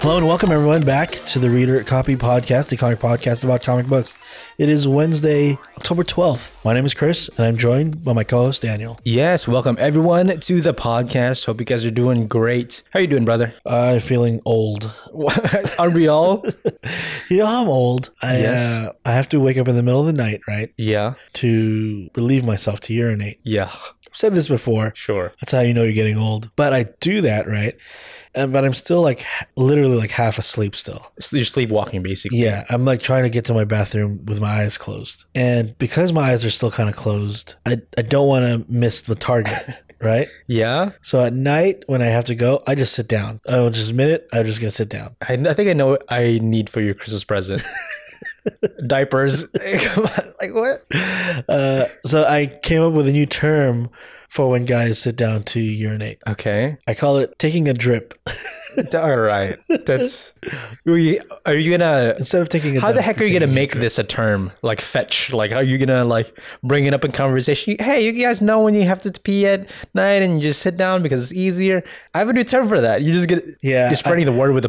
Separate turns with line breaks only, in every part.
Hello and welcome everyone back to the Reader Copy Podcast, the comic podcast about comic books. It is Wednesday, October 12th. My name is Chris and I'm joined by my co-host Daniel.
Yes, welcome everyone to the podcast. Hope you guys are doing great. How you doing, brother?
I'm feeling old.
are we all?
You know how I'm old? I,
Yes.
uh, I have to wake up in the middle of the night, right,
Yeah,
to relieve myself to urinate.
yeah,
I've said this before.
sure.
That's how you know you're getting old. But I do that, right? And, but I'm still like h- literally like half asleep still.
S- You're sleepwalking, basically.
Yeah, I'm like trying to get to my bathroom with my eyes closed. And because my eyes are still kind of closed, I, I don't want to miss the target, right?
yeah.
So at night when I have to go, I just sit down. I will just admit it, I'm just going to sit down.
I, I think I know what I need for your Christmas present. Diapers. Come on, like what?
Uh, so I came up with a new term for when guys sit down to urinate.
Okay.
I call it taking a drip.
All right. That's. We, are you gonna?
Instead of taking a
How the
dump,
heck are
you're
you gonna
taking a
make
drip.
this a term like fetch? Like, are you gonna like bring it up in conversation? Hey, you guys know when you have to pee at night and you just sit down because it's easier. I have a new term for that. You're just gonna
Yeah,
You're spreading the word with the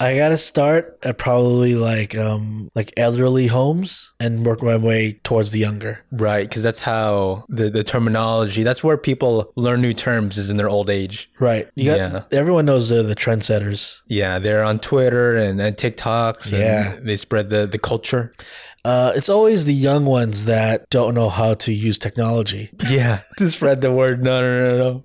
I gotta start at probably like um like elderly homes and work my way towards the younger.
right, because that's how the the terminology. That's where people learn new terms is in their old age.
Right. You got
Yeah.
everyone knows they're the trendsetters.
Yeah, they're on Twitter and, and TikToks. And
Yeah.
they spread the the culture.
Uh, it's always the young ones that don't know how to use technology.
Yeah, to spread the word. No, no, no, no.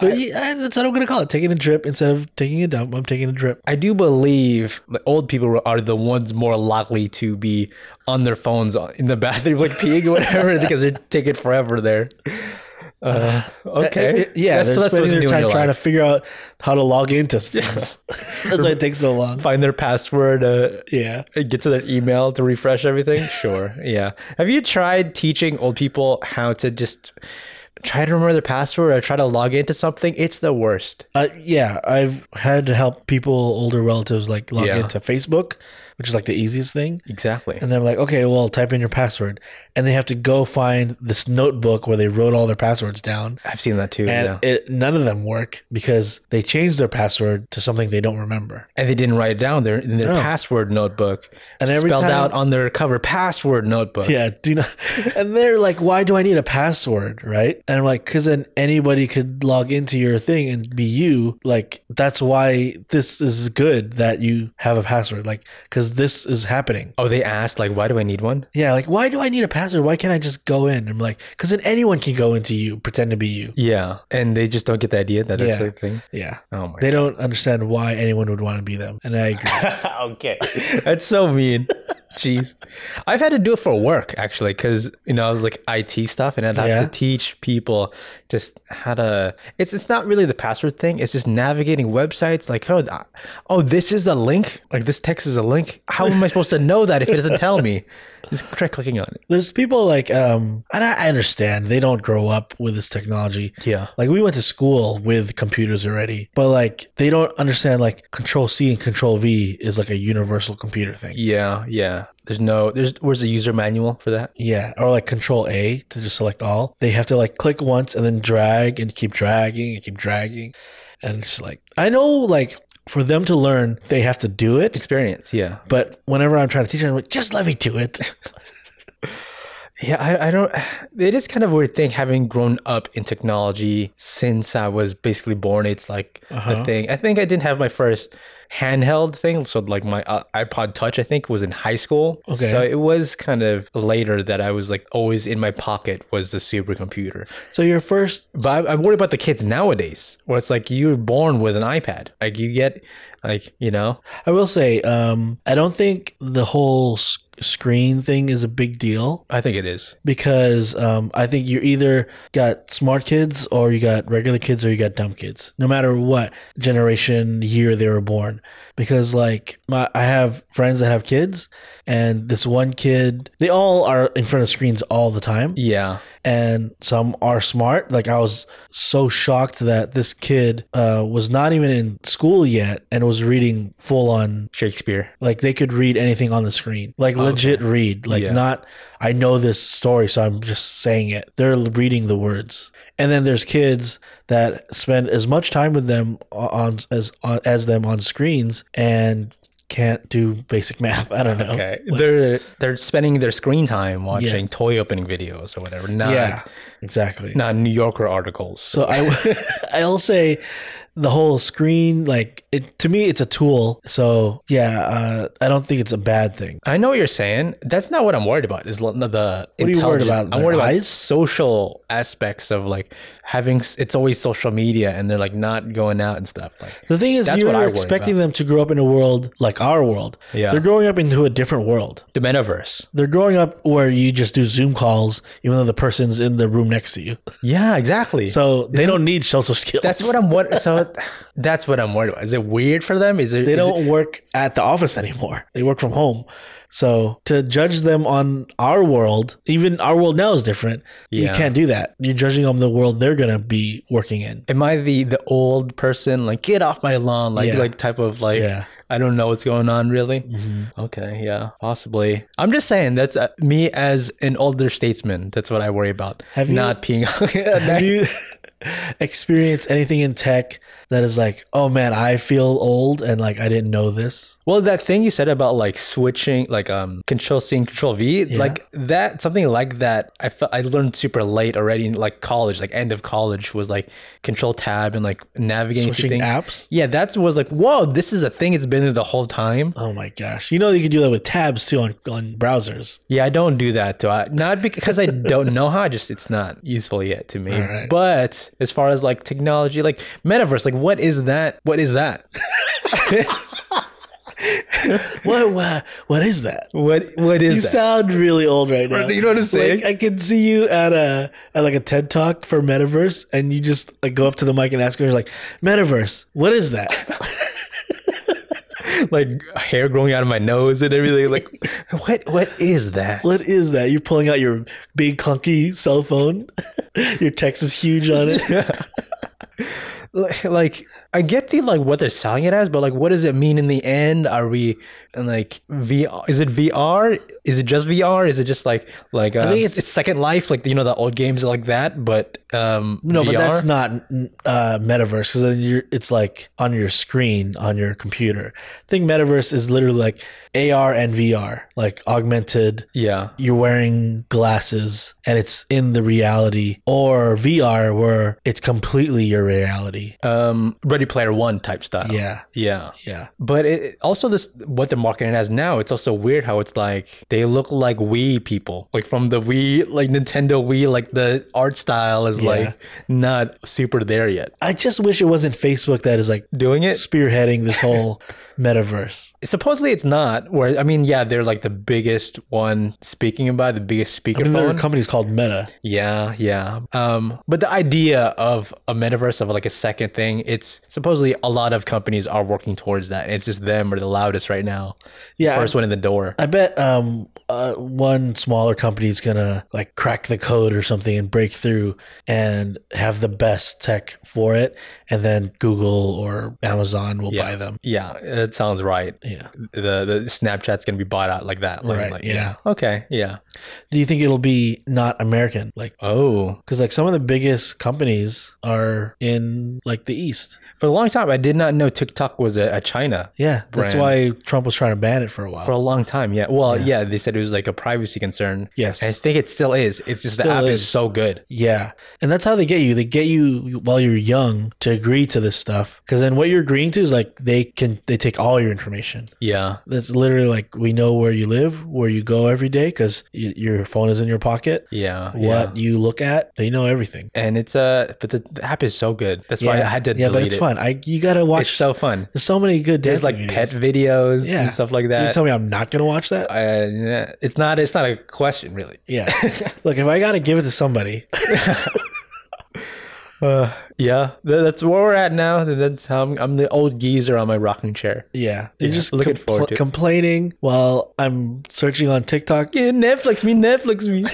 But yeah, that's what I'm gonna call it. Taking a drip instead of taking a dump. I'm taking a drip.
I do believe the old people are the ones more likely to be on their phones in the bathroom, like peeing or whatever, because they're taking forever there. Uh, okay.
It- it- yeah,
that's,
they're
that's what
spending their
you do in
time
your
trying to
life.
figure out how to log into things. that's why it takes so long.
find their password, uh,
Yeah.
get to their email to refresh everything. Sure. yeah. Have you tried teaching old people how to just try to remember their password or try to log into something? It's the worst.
Uh, yeah, I've had to help people, older relatives, like log
Yeah.
into Facebook, which is like the easiest thing.
Exactly.
And they're like, okay, well, type in your password. And they have to go find this notebook where they wrote all their passwords down.
I've seen that too. yeah.
And it, none of them work because they changed their password to something they don't remember.
and they didn't write it down there in their
No.
password notebook
And every
spelled
time-
out on their cover password notebook
Yeah, do not. And they're like, why do I need a password? Right. And I'm like, because then anybody could log into your thing and be you. Like, that's why this is good that you have a password. Like, because this is happening.
oh they asked like why do i need one
Yeah. Like, why do I need a password? Why can't I just go in? I'm like, because then anyone can go into you, pretend to be you.
yeah and they just don't get the idea that that's
Yeah.
the thing
Yeah.
oh my
They don't understand why anyone would want to be them. And I agree.
okay that's so mean jeez i've had to do it for work actually because you know i was like it stuff and i'd have
Yeah.
to teach people just how to it's it's not really the password thing it's just navigating websites like oh th- oh this is a link like this text is a link how am i supposed to know that if it doesn't tell me just try clicking on it
There's people like, um, and I I understand they don't grow up with this technology.
yeah
Like we went to school with computers already, but like they don't understand like Control C and Control V is like a universal computer thing.
Yeah, yeah. There's no there's where's the user manual for that?
Yeah, or like Control A to just select all. They have to like click once and then drag and keep dragging and keep dragging, and it's just like I know like for them to learn they have to do it.
Experience, yeah.
But whenever I'm trying to teach them, I'm like, just let me do it.
Yeah, I, I don't it is kind of a weird thing having grown up in technology since I was basically born. It's like
Uh-huh.
a thing. I think I didn't have my first handheld thing so like my uh, iPod touch I think was in high school
Okay.
so it was kind of later that I was like always in my pocket was the supercomputer
So your first
But I, I worry about the kids nowadays where it's like you're born with an iPad like you get like you know
I will say, um, I don't think the whole sc- screen thing is a big deal
I think it is
because um, I think you either got smart kids or you got regular kids or you got dumb kids, no matter what generation year they were born. Because like my, I have friends that have kids, and this one kid, they all are in front of screens all the time
yeah
and some are smart. Like I was so shocked that this kid uh, was not even in school yet and was reading full on.
Shakespeare.
Like they could read anything on the screen. Like legit read. Like
Oh, Yeah.
not I know this story, so I'm just saying it. They're reading the words. And then there's kids that spend as much time with them on as on, as them on screens and can't do basic math. I don't know.
Okay,
Like,
they're they're spending their screen time watching toy opening videos or whatever. Not
yeah, exactly.
not New Yorker articles.
So I, I'll say, the whole screen, like it to me, it's a tool. So yeah, uh, I don't think it's a bad thing.
I know what you're saying. That's not what I'm worried about. Is l- the what
you worried about?
I'm
Their
worried about
eyes?
social aspects of like having. s- It's always social media, and they're like not going out and stuff. Like
The thing is,
That's what I
you're
worry
expecting them to grow up in a world like our world.
Yeah.
They're growing up into a different world.
the metaverse.
They're growing up where you just do Zoom calls, even though the person's in the room next to you.
Yeah, exactly.
So they don't need social skills.
that's what I'm. What so that's what I'm worried about. Is it weird for them? Is it?
they
is it-
don't work at the office anymore. They work from home. So to judge them on our world, even our world now is different. You
Yeah.
can't do that. You're judging on the world they're gonna be working in.
Am I the the old person like get off my lawn like
Yeah.
like type of like
Yeah. Mm-hmm.
I don't know what's going on really? Okay, yeah, possibly. I'm just saying that's uh, me as an older statesman. That's what I worry about.
Have you-
not peeing.
Have you experienced anything in tech that is like, oh man, I feel old and like I didn't know this?
well, that thing you said about like switching, like um control C and control V, like that something like that. I felt I learned super late already in like college, like end of college was like control tab and like navigating through
Switching
things.
apps?
Yeah, that's was like whoa, this is a thing. It's been there the whole time.
Oh my gosh. You know you can do that with tabs too on, on browsers.
Yeah, I don't do that. Do I? Not because I don't know how. I Just it's not useful yet to me.
right.
But as far as like technology, like metaverse, like what is that? What is that?
What what, what is that?
What what
You
is that?
sound really old right now.
You know what I'm saying?
Like, I can see you at a at like a TED talk for metaverse, and you just like go up to the mic and ask her like, "Metaverse, what is that?"
like hair growing out of my nose and everything. Like what what is that?
What is that? You're pulling out your big clunky cell phone. your text is huge on it.
Like- Like I get the like what they're selling it as, but like what does it mean in the end? Are we and like VR? Is it VR? Is it just VR? Is it just like like um, I
think
think
it's-
it's, Second Life, like you know the old games like that, but um
No, but that's
VR?
not uh, metaverse because then you're it's like on your screen on your computer. I think metaverse is literally like AR and VR, like augmented
yeah.
you're wearing glasses and it's in the reality or VR where it's completely your reality.
um ready player one type style
Yeah.
yeah
Yeah.
but it it- also this what they're marketing it as now it's also weird how it's like they look like wii people like from the wii like nintendo wii like the art style is like not super there yet
I just wish it wasn't Facebook that is like
doing it
spearheading this whole metaverse.
supposedly it's not where i mean yeah they're like the biggest one speaking about the biggest
I mean, there are
speakerphone
companies called Meta.
yeah yeah um but the idea of a metaverse of like a second thing it's supposedly a lot of companies are working towards that it's just them are the loudest right now
Yeah.
first one in the door.
I bet um, uh, one smaller company is gonna like crack the code or something and break through and have the best tech for it, and then Google or Amazon will
Yeah.
buy them.
Yeah, that sounds right.
Yeah.
The the Snapchat's gonna be bought out like that. Like,
Right,
like,
yeah.
Okay. Yeah.
Do you think it'll be not American? Like
Oh,
Because like some of the biggest companies are in like the East.
for a long time, I did not know TikTok was a, a China.
Yeah, that's
Brand.
why Trump was trying to ban it for a while.
For a long time, yeah. Well, yeah. they said it was like a privacy concern.
Yes.
I think it still is. It's just the
Still
app is.
is.
so good.
yeah, and that's how they get you. They get you while you're young to agree to this stuff. Because then what you're agreeing to is like they can they take all your information.
Yeah.
That's literally like we know where you live, where you go every day, because y- your phone is in your pocket.
Yeah. yeah.
What you look at, they know everything.
And it's uh, but the, the app is so good. That's why I had to
yeah,
delete
but it's
it.
fun. I you gotta watch.
It's so fun.
there's so many good
There's
dancing
like
videos.
pet videos
Yeah.
and stuff like
You
that.
tell me I'm not gonna watch that?
Uh, yeah. it's not. It's not a question really.
Yeah. Look, if I gotta give it to somebody,
Uh, yeah, tha- that's where we're at now. Th- That's how I'm, I'm the old geezer on my rocking chair.
Yeah, you're
Yeah,
just
looking
compl-
forward to it.
complaining while I'm searching on TikTok.
Yeah, Netflix me, Netflix me.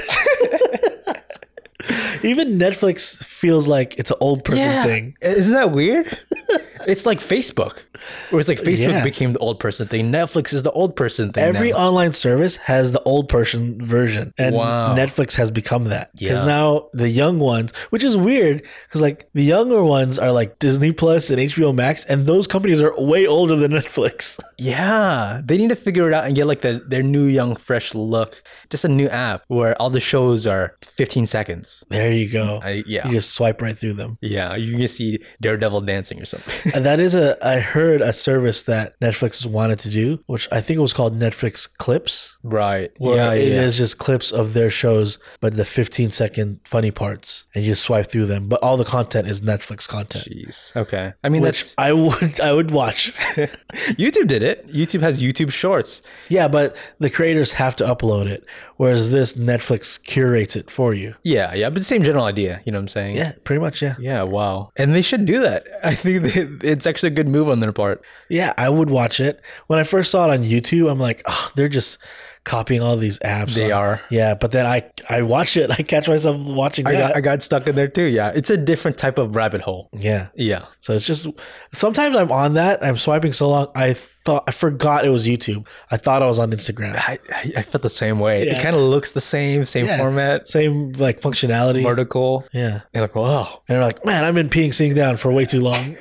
Even Netflix feels like it's an old person thing.
Isn't that weird? it's like Facebook. It was like Facebook
Yeah.
became the old person thing. Netflix is the old person thing.
Every
now.
online service has the old person version, and
Wow.
Netflix has become that because
Yeah.
now the young ones, which is weird, because like the younger ones are like Disney Plus and HBO Max, and those companies are way older than Netflix.
yeah, they need to figure it out and get like the, their new, young, fresh look. Just a new app where all the shows are 15 seconds.
There you go.
I,
You
yeah,
just swipe right through them.
yeah, you can see Daredevil dancing or something.
And that is a. I heard a service that Netflix wanted to do, which I think it was called Netflix Clips,
right?
where
yeah,
it is
yeah.
just clips of their shows, but the 15 second funny parts, and you swipe through them. But all the content is Netflix content.
Jeez. Okay. I mean,
Which I would I would watch.
that's YouTube did it. YouTube has YouTube Shorts.
yeah, but the creators have to upload it, whereas this Netflix curates it for you.
Yeah, yeah, but the same general idea. You know what I'm saying?
Yeah, pretty much. Yeah,
Yeah. Wow. And they should do that. I think they, it's actually a good move on their part.
yeah, I would watch it. When I first saw it on YouTube, I'm like, oh, they're just copying all these apps.
They
on-
are.
Yeah, but then I I watch it. I catch myself watching
I
that.
got, I got stuck in there too. Yeah. It's a different type of rabbit hole.
yeah.
Yeah.
So it's just sometimes I'm on that. I'm swiping so long. I thought I forgot it was YouTube. I thought I was on Instagram.
I, I I felt the same way.
Yeah.
It kind of looks the same, same
Yeah.
format,
Same like functionality.
vertical.
Yeah.
You're like, wow.
And you're like, man, I've been peeing sitting down for way too long.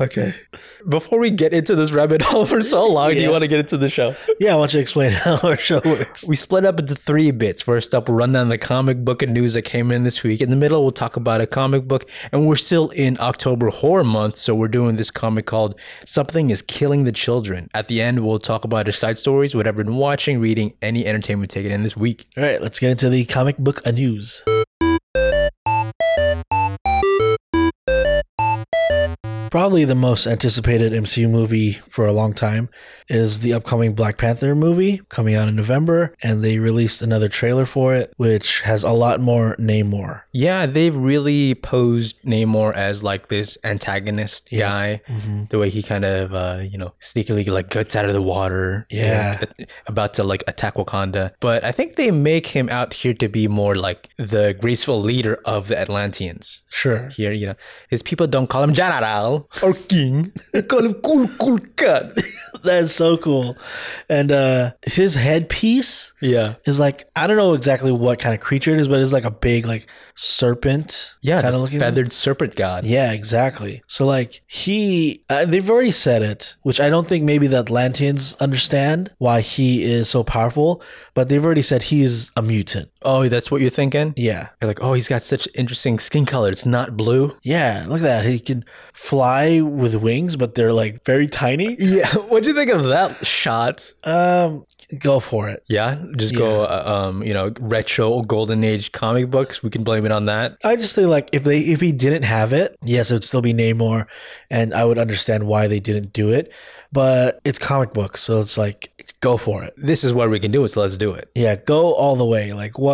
okay. Before we get into this rabbit hole for so long, do
Yeah.
you want to get into the show?
yeah, I want you to explain how our show works.
We split up into three bits. First up, we'll run down the comic book and news that came in this week. In the middle, we'll talk about a comic book, and we're still in October Horror Month, so we're doing this comic called Something is Killing the Children. At the end, we'll talk about our side stories, what I've been watching, reading, any entertainment taken in this week.
All right, let's get into the comic book news. Probably the most anticipated MCU movie for a long time is the upcoming Black Panther movie coming out in November, and they released another trailer for it, which has a lot more Namor.
Yeah, they've really posed Namor as like this antagonist guy. The way he kind of, uh, you know, sneakily like guts out of the water. you know,
Yeah.
a- about to like attack Wakanda. But I think they make him out here to be more like the graceful leader of the Atlanteans.
Sure.
Here, you know, his people don't call him Jararal or King. They call him Kul Kulkan.
That's so cool. And uh, his headpiece
Yeah.
is like, I don't know exactly what kind of creature it is, but it's like a big, like, serpent
Yeah.
kind
the
of looking thing.
feathered serpent god.
Yeah, exactly. So like he, uh, they've already said it, which I don't think maybe the Atlanteans understand why he is so powerful, but they've already said he's a mutant.
Oh, that's what you're thinking?
Yeah.
You're like, oh, he's got such interesting skin color. It's not blue.
Yeah, look at that. He can fly with wings, but they're like very tiny.
Yeah, what do you think of that shot?
Um, go for it.
Yeah, just go, uh, um, you know, retro or golden age comic books. We can blame it on that.
I just think like if they if he didn't have it, yes, it would still be Namor, and I would understand why they didn't do it. But it's comic books, so it's like go for it.
This is what we can do. So let's do it.
Yeah, go all the way. Like, why?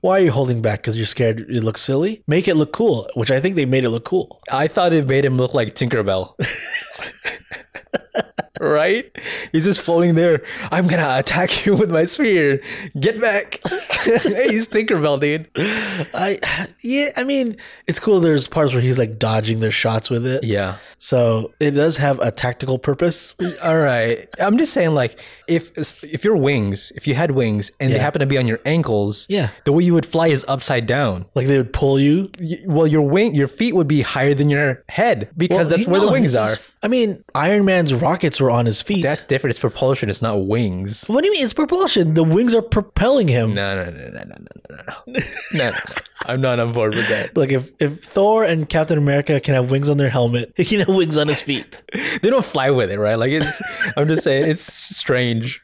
Why are you holding back? Because you're scared it looks silly. Make it look cool, which I think they made it look cool.
I thought it made him look like Tinkerbell. right? He's just floating there. I'm gonna attack you with my sphere. Get back. He's Tinkerbell, dude.
I, yeah, I mean, it's cool. There's parts where he's like dodging their shots with it,
Yeah.
so it does have a tactical purpose.
All right. I'm just saying, like, if if your wings, if you had wings and they
Yeah.
happen to be on your ankles,
Yeah.
the way you would fly is upside down.
Like they would pull you
y- well your wing your feet would be higher than your head because
Well,
that's
you
where the
know,
wings are
he's- I mean, Iron Man's rockets were on his feet.
that's different it's propulsion it's not wings
what do you mean? It's propulsion. The wings are propelling him.
no no no no no no no no no i'm not on board with that
Like if if Thor and Captain America can have wings on their helmet, he can have wings on his feet.
they don't fly with it right like it's i'm just saying it's strange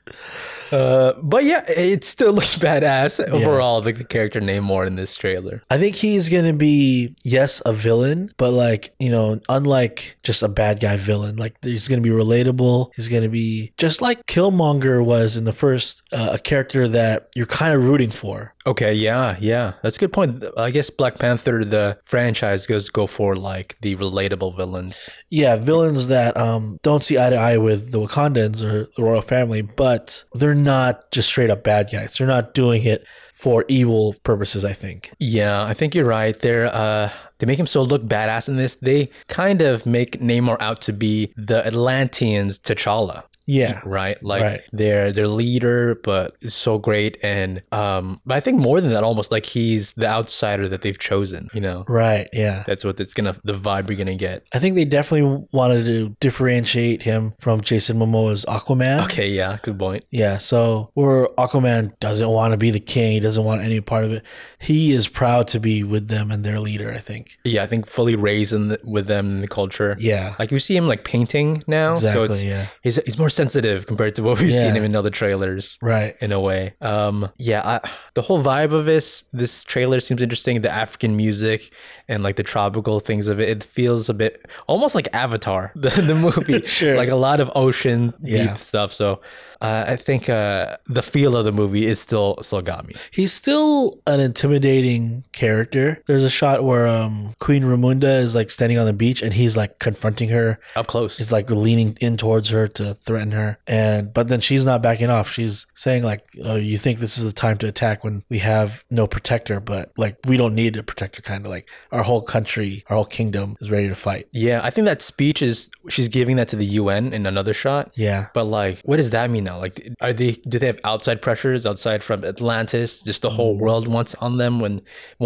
uh, but yeah it still looks badass overall the, the character name more in this trailer
I think he's going to be, yes, a villain, but like, you know, unlike just a bad guy villain, like he's going to be relatable. He's going to be just like Killmonger was in the first, uh, a character that you're kind of rooting for.
okay yeah yeah that's a good point i guess black panther the franchise goes go for like the relatable villains
Yeah, villains that um, don't see eye to eye with the Wakandans or the royal family, but they're not just straight up bad guys. They're not doing it for evil purposes, I think.
Yeah, I think you're right. They're uh They make him so look badass in this. They kind of make Namor out to be the Atlanteans T'Challa
Yeah.
right like
Right.
their their leader but is so great and um but i think more than that almost like he's the outsider that they've chosen you know
Right. Yeah.
that's what it's gonna the vibe you're gonna get
I think they definitely wanted to differentiate him from Jason Momoa's Aquaman.
okay yeah good point
Yeah, so where Aquaman doesn't want to be the king, he doesn't want any part of it. He is proud to be with them and their leader, I think.
yeah i think fully raised in the, with them in the culture
Yeah.
like we see him like painting now
Exactly,
so it's
yeah.
he's, he's more sensitive compared to what we've
Yeah.
seen him in other trailers
Right.
in a way. Um, yeah, I, the whole vibe of this this trailer seems interesting. The African music and like the tropical things of it. It feels a bit almost like Avatar, the, the movie.
Sure.
Like a lot of ocean
Yeah.
deep stuff. So uh, I think uh, the feel of the movie is still still got me.
He's still an intimidating character. There's a shot where um Queen Ramunda is like standing on the beach and he's like confronting her.
Up close.
He's like leaning in towards her to threaten her. And but then she's not backing off. She's saying like, "Oh, you think this is the time to attack when we have no protector, but like we don't need a protector kind of like our whole country, our whole kingdom is ready to fight."
Yeah, I think that speech is she's giving that to the UN in another shot.
Yeah.
But like, what does that mean now? Like, are they do they have outside pressures outside from Atlantis? Just the
Mm.
whole world wants on them when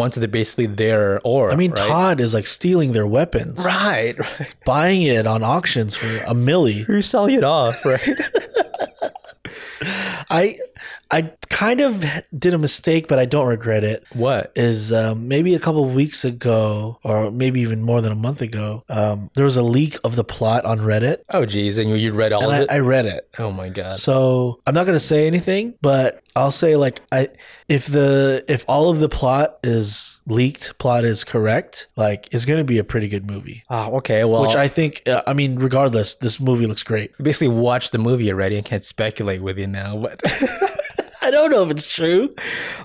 once they're basically there. Or
I mean,
right?
Todd is like stealing their weapons,
right? right.
buying it on auctions for a milli.
You're selling it off, right?
I, I kind of did a mistake, but I don't regret it.
what?
Is um, maybe a couple of weeks ago, or maybe even more than a month ago, um, there was a leak of the plot on Reddit,
Oh, geez, and you, you read all
and
of
I,
it.
I read it.
oh my god.
So I'm not gonna say anything, but I'll say like I, if the if all of the plot is leaked, plot is correct, like it's gonna be a pretty good movie.
Ah, okay. Well,
Which I think, uh, I mean, regardless, this movie looks great.
basically watched the movie already and can't speculate with you now. But
I don't know if it's true.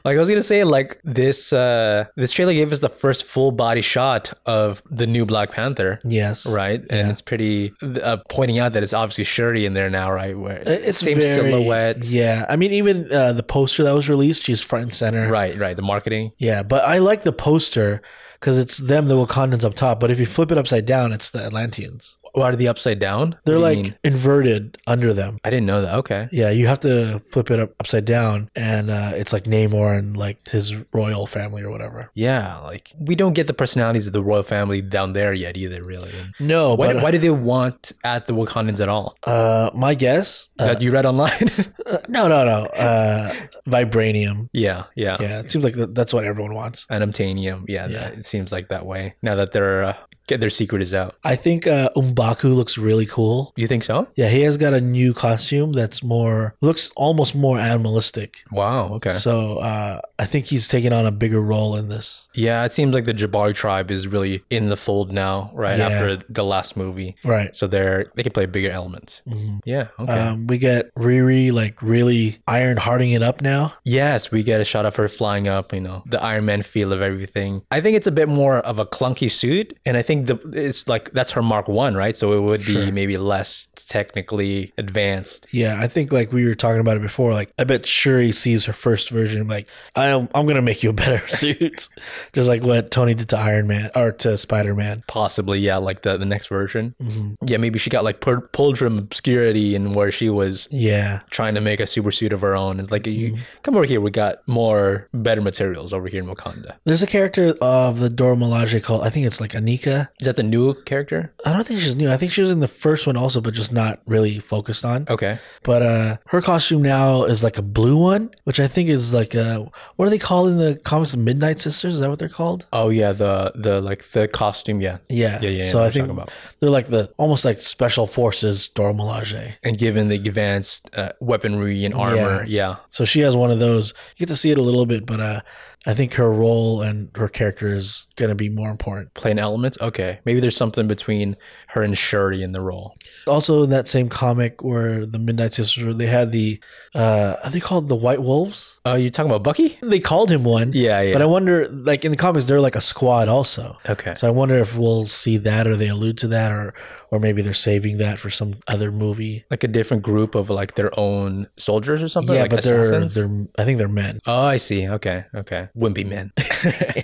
like I was gonna say, like this uh this trailer gave us the first full body shot of the new Black Panther.
Yes.
right? And it's pretty uh, pointing out that it's obviously Shuri in there now, right? Where
It- It's
same
very-
silhouette,
Yeah. I mean, even uh, the poster that was released, she's front and center.
right? Right. The marketing,
Yeah. But I like the poster because it's them, the Wakandans up top. But if you flip it upside down, it's the Atlanteans.
what are the upside down? What
They're
do you
like
mean?
inverted under them.
I didn't know that. Okay,
Yeah, you have to flip it up upside down, and uh, it's like Namor and like his royal family or whatever.
yeah, like we don't get the personalities of the royal family down there yet either, really. And
No,
Why,
Oh, but
why do they want at the Wakandans at all?
uh, my guess, uh,
that you read online?
no, no, no, uh, vibranium.
yeah, yeah,
Yeah, it seems like that- that's what everyone wants.
Adamantium. Yeah,
Yeah.
That, it seems like that way. Now that their uh, get their secret is out,
I think uh, Umbaku looks really cool.
you think so?
Yeah, he has got a new costume that's more looks almost more animalistic.
Wow. Okay.
So uh, I think he's taking on a bigger role in this.
Yeah, it seems like the Jabari tribe is really in the fold now, right
Yeah.
after the last movie.
Right.
So they're they can play bigger elements.
Mhm.
Yeah. Okay.
Um, we get Riri like really iron harding it up now.
yes, we get a shot of her flying up. You know, the Iron Man feel of everything. I think it's a bit more of a clunky suit, and I think the it's like that's her Mark One, right? So it would be
Sure.
maybe less technically advanced.
Yeah, I think like we were talking about it before. Like, I bet Shuri sees her first version. Like, I'm I'm gonna make you a better suit, just like what Tony did to Iron Man or to Spider Man.
Possibly, yeah, like the, the next version.
Mhm.
Yeah, maybe she got like pur- pulled from obscurity and where she was
Yeah,
trying to make a super suit of her own. It's like you
Mm-hmm.
come over here, we got more better materials over here in Wakanda.
there's a character of the Dora Milaje called I think it's like Anika.
Is that the new character?
I don't think she's new. I think she was in the first one also, but just not really focused on.
Okay.
But uh, her costume now is like a blue one, which I think is like uh what are they called in the comics? Midnight Sisters? Is that what they're called?
Oh yeah, the the like the costume, yeah.
Yeah.
Yeah, yeah, I know
so
what
I
you're
think
talking about.
they're like the almost like special forces Dora Milaje.
And given the advanced uh, weaponry and armor, yeah.
So she has one of those. You get to see it a little bit, but uh, I think her role and her character is going to be more important.
Plain elements. Okay, maybe there's something between her and Shuri in the role.
Also, in that same comic where the Midnight Sisters, were, they had the, uh, are they called the White Wolves?
Oh, you're talking about Bucky?
They called him one.
Yeah, yeah.
But I wonder, like in the comics, they're like a squad also.
okay.
So I wonder if we'll see that or they allude to that or, or maybe they're saving that for some other movie.
Like a different group of like their own soldiers or something.
yeah,
like
but they're,
assassins?
they're, I think they're men.
Oh, I see. Okay, okay. Wimpy men.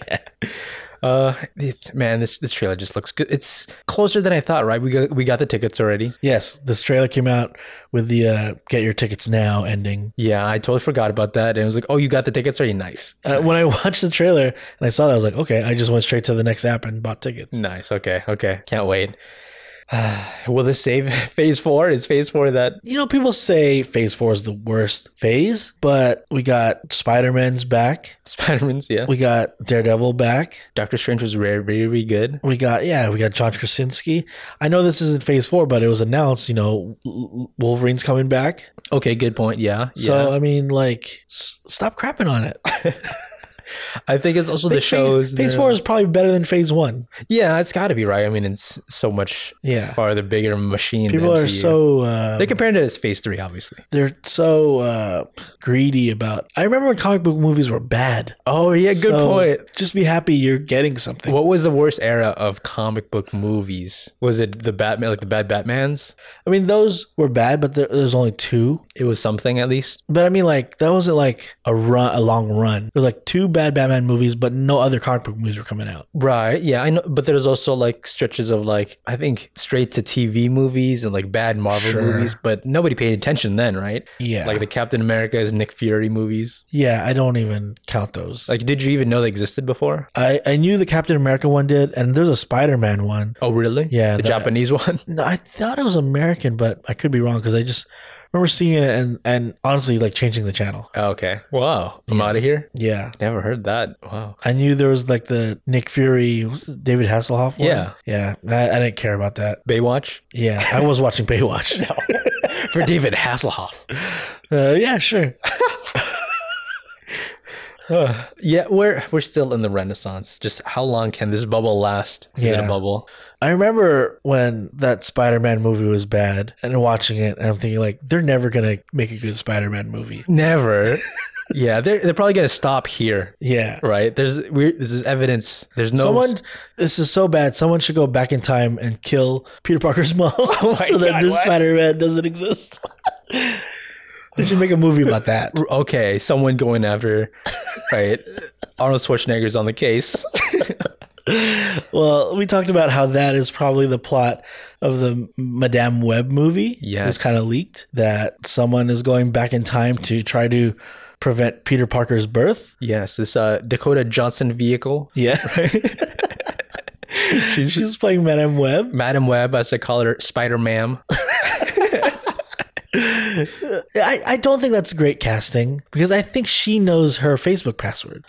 Uh, it- man, this this trailer just looks good. It's closer than I thought, right? We got we got the tickets already.
Yes, this trailer came out with the uh, "Get your tickets now" ending.
Yeah, I totally forgot about that. And it was like, oh, you got the tickets already. Nice,
Uh, when I watched the trailer and I saw that, I was like, okay, I just went straight to the next app and bought tickets.
nice. Okay, okay, can't wait. Will this save Phase Four? Is Phase Four that?
You know, people say Phase Four is the worst phase, but we got Spider Man's back,
Spider-Man's, yeah.
we got Daredevil back,
Doctor Strange was very, very good.
we got yeah, we got John Krasinski. I know this isn't Phase Four, but it was announced. You know, L- Wolverine's coming back.
Okay, good point. Yeah,
So I mean, like, s- stop crapping on it.
yeah. I think it's also the
Phase-
shows.
Phase
that-
Four is probably better than Phase One.
yeah, it's got to be right. I mean, it's so much
Yeah.
farther, bigger machine. the
People are
MCU.
so uh,
They're comparing it as Phase Three, obviously.
they're so uh, greedy about. I remember when comic book movies were bad.
Oh yeah, good
So
point.
Just be happy you're getting something.
What was the worst era of comic book movies? Was it the Batman, like the bad Batmans?
I mean, those were bad, but there, there's only two.
It was something at least.
But I mean, like that wasn't like a run, a long run. There was like two bad Batman movies, but no other comic book movies were coming out.
Right. Yeah, I know. But there's also like stretches of like I think straight to TV movies and like bad Marvel
Sure.
movies, but nobody paid attention then, right?
Yeah,
Like the Captain America's Nick Fury movies.
yeah. I don't even count those.
Like, did you even know they existed before?
I, I knew the Captain America one did, and there's a Spider Man one.
Oh, really?
Yeah,
The
that-
Japanese one.
No, I thought it was American, but I could be wrong because I just remember seeing it and and honestly like changing the channel.
Oh, okay. Wow. I'm
Yeah.
out of here.
Yeah,
Never heard that. Wow.
I knew there was like the Nick Fury, was it David Hasselhoff one.
Yeah.
yeah. I, I didn't care about that.
Baywatch
Yeah, I was watching Baywatch.
for David Hasselhoff.
Uh, yeah, sure.
Ugh. yeah, we're we're still in the Renaissance. Just how long can this bubble last? Is it
Yeah.
a bubble?
I remember when that Spider-Man movie was bad, and watching it, and I'm thinking like, they're never gonna make a good Spider-Man movie.
Never. yeah, they're they're probably gonna stop here,
Yeah.
right? There's we this is evidence. There's no
someone, this is so bad. Someone should go back in time and kill Peter Parker's mom
Oh my
so that
God,
this
what?
Spider-Man doesn't exist. they should make a movie about that.
okay. Someone going after, right? Arnold Schwarzenegger's on the case.
Well, we talked about how that is probably the plot of the Madame Web movie. It was
Yes.
kind of leaked that someone is going back in time to try to prevent Peter Parker's birth.
yes, this uh, Dakota Johnson vehicle.
Yeah.
She's
She's playing Madame Web.
Madam Web, as I call her, Spider Ma'am.
I, I don't think that's great casting because I think she knows her Facebook password.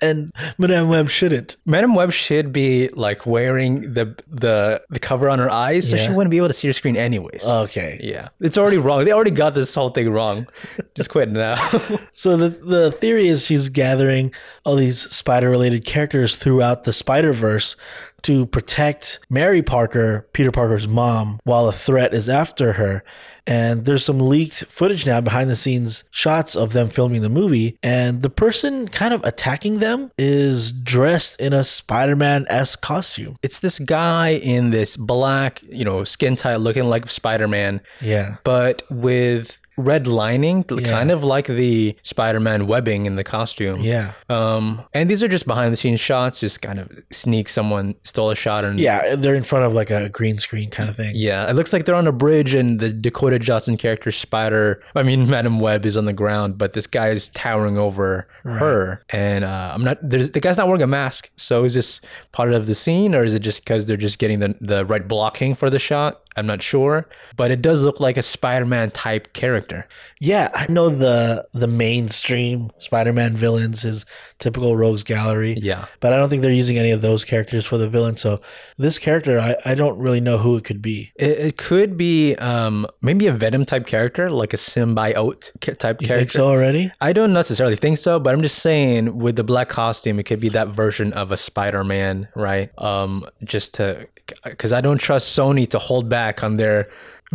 and Madame Web shouldn't.
Madam Web should be like wearing the the the cover on her eyes, so
Yeah. Uh.
she wouldn't be able to see her screen anyways.
Okay.
Yeah, it's already wrong. They already got this whole thing wrong. Just quit now.
So the the theory is she's gathering all these spider related characters throughout the Spider Verse to protect Mary Parker, Peter Parker's mom, while a threat is after her. And there's some leaked footage now, behind the scenes shots of them filming the movie. And the person kind of attacking them is dressed in a Spider Man esque costume.
it's this guy in this black, you know, skin tight, looking like Spider Man,
Yeah.
but with red lining,
Yeah.
kind of like the Spider Man webbing in the costume.
Yeah.
Um, and these are just behind the scenes shots. Just kind of sneak someone stole a shot and
Yeah. They're in front of like a green screen kind of thing.
Yeah, it looks like they're on a bridge, and the Dakota Johnson character Spider, I mean Madam Web, is on the ground, but this guy is towering over her, and uh, I'm not. There's, the guy's not wearing a mask, so is this part of the scene, or is it just because they're just getting the the right blocking for the shot? I'm not sure, but it does look like a Spider-Man type character.
Yeah, I know the the mainstream Spider-Man villains is typical rogues gallery,
Yeah,
but I don't think they're using any of those characters for the villain. So this character, I, I don't really know who it could be.
it, it could be um, maybe a Venom type character, like a symbiote ca- type
You
character.
think so already?
I don't necessarily think so, but I'm just saying with the black costume, it could be that version of a Spider-Man, right? Um, just to, because I don't trust Sony to hold back on their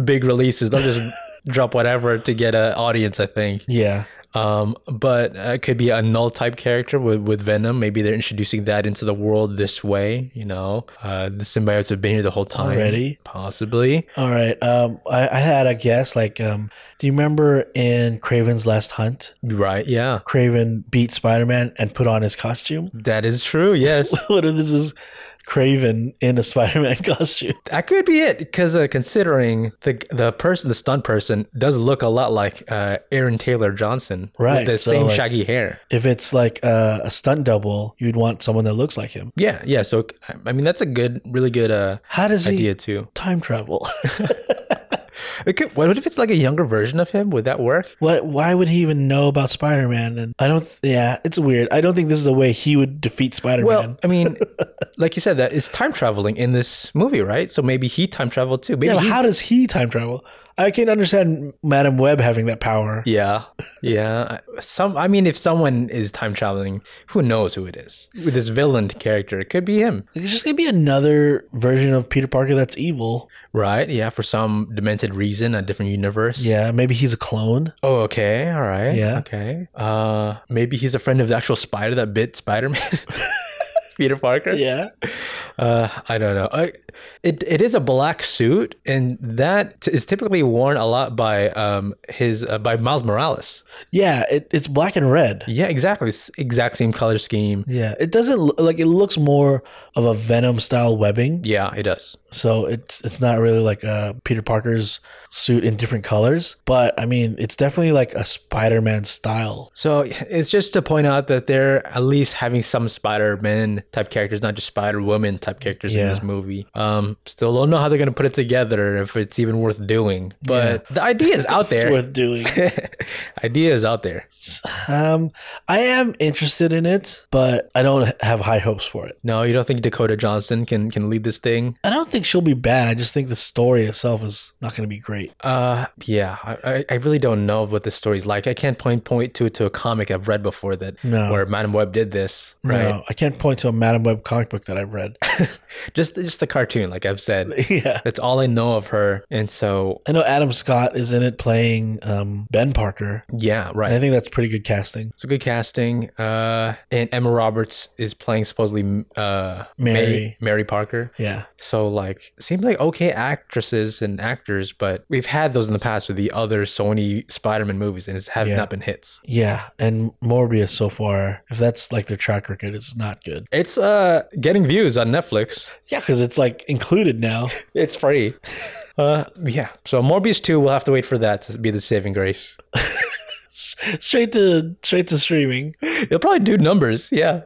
big releases. They'll just drop whatever to get an audience. I think.
Yeah.
Um, but uh, it could be a null type character with, with Venom. Maybe they're introducing that into the world this way. You know, uh, the symbiotes have been here the whole time.
Already?
Possibly.
All right. Um, I, I had a guess. Like, um, do you remember in Craven's Last Hunt,
Right. Yeah.
Craven beat Spider Man and put on his costume?
That is true. Yes.
what if this is Craven in a Spider Man costume?
that could be it. Because uh, considering the the person, the stunt person, does look a lot like uh, Aaron Taylor Johnson.
Right,
With the
so,
same
like-
shaggy hair.
If it's like a, a stunt double, you'd want someone that looks like him.
Yeah. Yeah. So I- I mean, that's a good, really good uh,
How does he
idea too.
time travel?
It could, what if it's like a younger version of him? Would that work?
What? Why would he even know about Spider Man? And I don't. Yeah, it's weird. I don't think this is the way he would defeat Spider Man.
Well, I mean, like you said, that is time traveling in this movie, right? So maybe he time traveled too. Maybe
yeah, but
he's-
how does he time travel? I can understand Madam Web having that power.
yeah, yeah. Some, I mean, if someone is time traveling, who knows who it is? With this villain character, it could be him,
It's just gonna be another version of Peter Parker that's evil.
right? Yeah, for some demented reason, a different universe.
Yeah, maybe he's a clone.
Oh, okay, all right.
Yeah.
Okay. Uh, maybe he's a friend of the actual spider that bit Spider Man. Peter Parker.
Yeah,
Uh, I don't know. I, it it is a black suit, and that t- is typically worn a lot by um his uh, by Miles Morales.
yeah. It, it's black and red.
Yeah, exactly. It's exact same color scheme.
Yeah, it doesn't look like it looks more of a Venom style webbing.
Yeah, it does.
So it's it's not really like uh Peter Parker's suit in different colors, but I mean it's definitely like a Spider Man style.
So it's just to point out that they're at least having some Spider-Man type characters, not just Spider-Woman type characters in
Yeah.
this movie. Um, still don't know how they're gonna put it together if it's even worth doing. But the idea is
It's
out there.
worth doing.
idea is out there.
Um, I am interested in it, but I don't have high hopes for it.
No, you don't think Dakota Johnson can can lead this thing?
I don't think she'll be bad. I just think the story itself is not going to be great.
Uh, yeah, I, I- I really don't know what this story's like. I can't point point to to a comic I've read before that
No.
where Madame Web did this, right?
No, I can't point to a Madam Web comic book that I've read.
Just just the cartoon, like I've said.
yeah.
That's all I know of her, and so
I know Adam Scott is in it playing um, Ben Parker.
yeah,
And I
right.
think that's pretty good casting.
It's a good casting. Uh, and Emma Roberts is playing supposedly uh May-
Mary.
Mary Parker.
Yeah.
So like, seems like okay actresses and actors, but we've had those in the past with the other Sony Spider-Man movies, and it's have
Yeah.
not been hits.
Yeah. And Morbius so far, if that's like their track record, it's not good.
It's uh getting views on Netflix.
Yeah, because it's like included now.
It's free. Uh, yeah. So Morbius two, we'll have to wait for that to be the saving grace.
straight to straight to streaming.
It'll probably do numbers. Yeah.